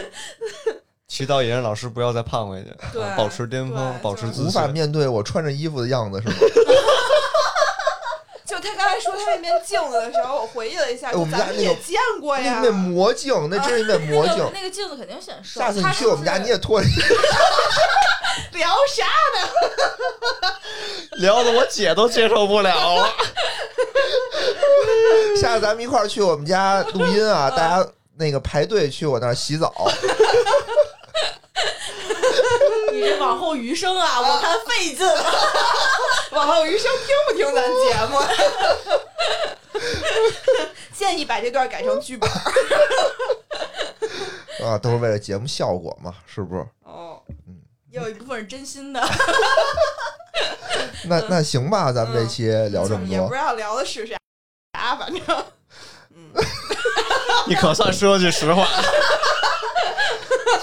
祈祷野人老师不要再胖回去，
对
啊保持巅峰，
对
保持自
无法
信。
面对我穿着衣服的样子
<laughs>
是吗？
就他刚才说他那面镜子的时候，我回忆了一下，
哎
就
我们家
咱
那
们
个
也见过
那
呀。啊
面魔镜，那真是一面魔
那
镜
个。那个镜子肯定显瘦。
下次你
它
去
是
我们家，
不
你
是
也脱了 <laughs> 一个。
聊啥？
啊聊的我姐都接受不了了。
下次咱们一块儿去我们家录音啊，
嗯
大家那个排队去我那儿洗
<laughs>
澡。
你这往后余生啊，我看费劲了。 <laughs>
往后余生听不听咱节目？ <laughs> 建议把这段改成剧本。
啊，都是为了节目效果嘛，是不是？
哦，
也有一部分是真心的，
那那行吧，咱们这期聊这么
嗯也不
多
知，道聊的是啥，反正，嗯，
<laughs> 你可算说句实话。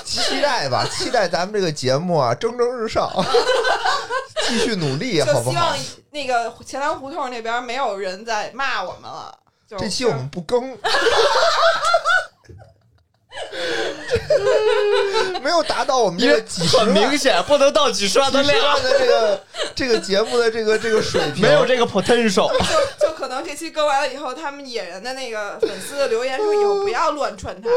期待
<laughs>
吧，期待咱们这个节目啊蒸蒸日上，继续努力，好
就
不
希
好
望？那个钱粮胡同那边没有人在骂我们了。就
这期我们不更， <laughs> 没有达到我们这个几
<laughs>
十
很
万、
明显，不能到几十 <laughs> 万的
几十
量，
万的这个这个节目的这个这个水平，
没有这个 potential。
就就可能这期更完了以后，他们野人的那个粉丝留言
<laughs>
说以后不要乱串他。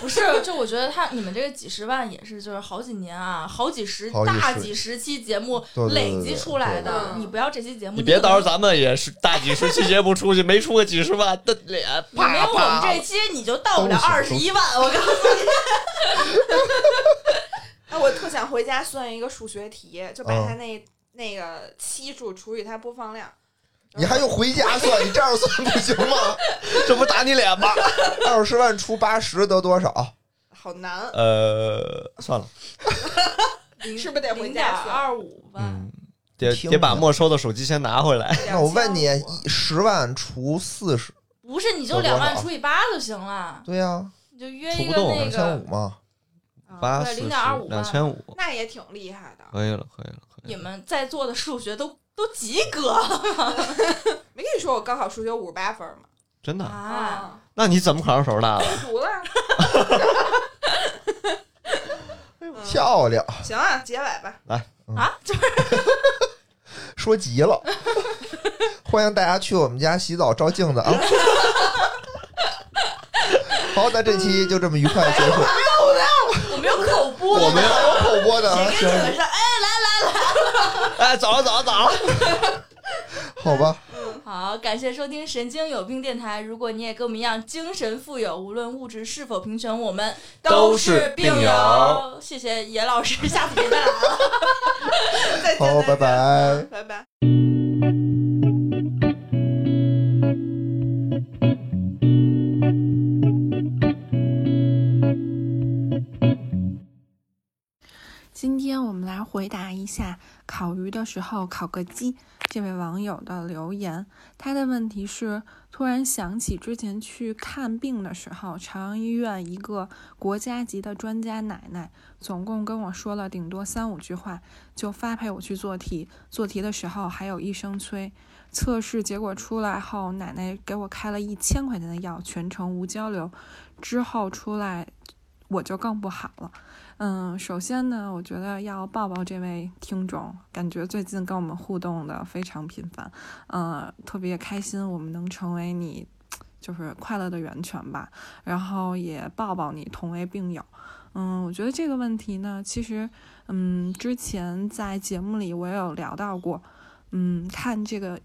不
<laughs>
是？就我觉得他你们这个几十万也是，就是好几年啊，好几十
好几十
大几十期节目
对对对对
累积出来
对对
的。
对
你不要这期节目，
你别
可能
到时候咱们也是大几十期节目出去，没出个几十万的脸，
你没
啪
有我们
啪
这。期，你就到不了
都行
二十一万。我告诉你，
哎，我特想回家算一个数学题，就把
嗯
他那、那个期数除以他播放量。
你还用回家算？你这样算不行吗？
这不打你脸吗？
二十万除八十得多少？
好
<laughs>
难，
呃，算了，
<laughs> 是不是得回
零点
家算？
二五万？
嗯，得
听
得把
着
没收的手机先拿回来。
那我问你
两千五，啊
一十万除四十，
不是，你就
有多
两
少
万除以八就行了，
对呀、
你就约
除
一
不
个
动
那
两千
个
五嘛。
八
对
四十
0.25
两千五，啊
那也挺厉害的。
可以了，可以了，可以
你
了。
们在座的数学都都及格了
没跟你说我高考数学五十八分吗？
真的？
啊！，
那你怎么考上首师大的？
复读
<laughs>
了。啊
哎
嗯
漂亮，
行啊，结尾吧。
啊，就是
说急了。欢迎大家去我们家洗澡照镜子啊！好，那这期就这么愉快地结束。
我没有口播
我们还有口
<laughs>
播的啊，
谁跟你们
行，
说？哎，
哎，走了，走了，走了。
好吧，
<laughs> 好，感谢收听《神经有病电台》。如果你也跟我们一样精神富有，无论物质是否贫穷，我们
都是
是病
病友。
谢谢野老师，下次别再来了。
再见，
好，
再
拜
见，拜
拜。
拜。
今天我们来回答一下烤鱼的时候烤个鸡这位网友的留言。他的问题是：突然想起之前去看病的时候，朝阳医院一个国家级的专家奶奶，总共跟我说了顶多三五句话，就发配我去做题。做题的时候还有医生催。测试结果出来后，奶奶给我开了一千块钱的药，全程无交流。之后出来，我就更不好了。嗯，首先呢，我觉得要抱抱这位听众，感觉最近跟我们互动的非常频繁，呃，特别开心，我们能成为你就是快乐的源泉吧。然后也抱抱你，同为病友。嗯，我觉得这个问题呢，其实，嗯，之前在节目里我也有聊到过，嗯，看这个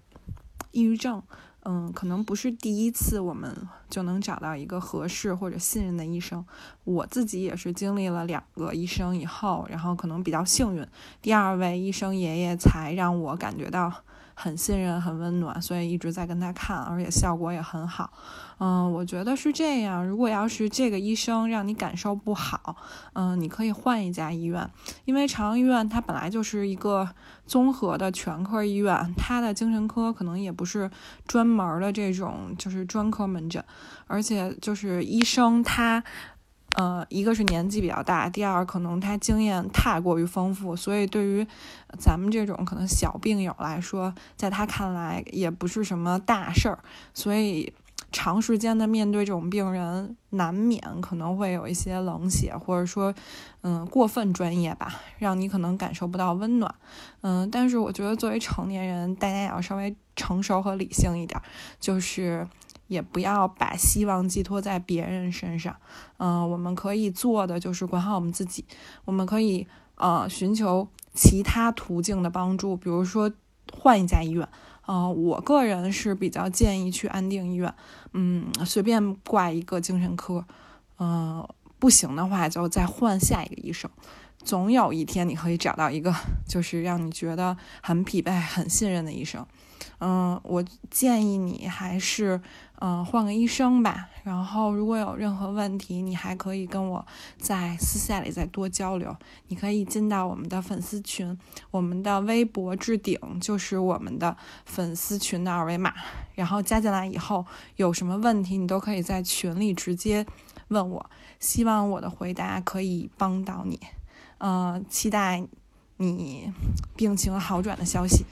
抑郁症，嗯，可能不是第一次我们就能找到一个合适或者信任的医生。我自己也是经历了两个医生以后，然后可能比较幸运，第二位医生爷爷才让我感觉到很信任、很温暖，所以一直在跟他看，而且效果也很好。嗯，我觉得是这样。如果要是这个医生让你感受不好，嗯，你可以换一家医院，因为朝阳医院它本来就是一个综合的全科医院，它的精神科可能也不是专门儿的这种就是专科门诊，而且就是医生他。呃，一个是年纪比较大，第二可能他经验太过于丰富，所以对于咱们这种可能小病友来说，在他看来也不是什么大事儿，所以长时间的面对这种病人，难免可能会有一些冷血，或者说，嗯、过分专业吧，让你可能感受不到温暖。嗯、但是我觉得作为成年人，大家也要稍微成熟和理性一点儿，就是也不要把希望寄托在别人身上。嗯、我们可以做的就是管好我们自己，我们可以呃寻求其他途径的帮助，比如说换一家医院，呃，我个人是比较建议去安定医院，嗯，随便挂一个精神科，嗯、不行的话就再换下一个医生。总有一天你可以找到一个就是让你觉得很匹配、很信任的医生。嗯，我建议你还是嗯、呃换个医生吧。然后如果有任何问题，你还可以跟我在私下里再多交流。你可以进到我们的粉丝群，我们的微博置顶就是我们的粉丝群的二维码。然后加进来以后，有什么问题你都可以在群里直接问我。希望我的回答可以帮到你。呃，期待你病情好转的消息。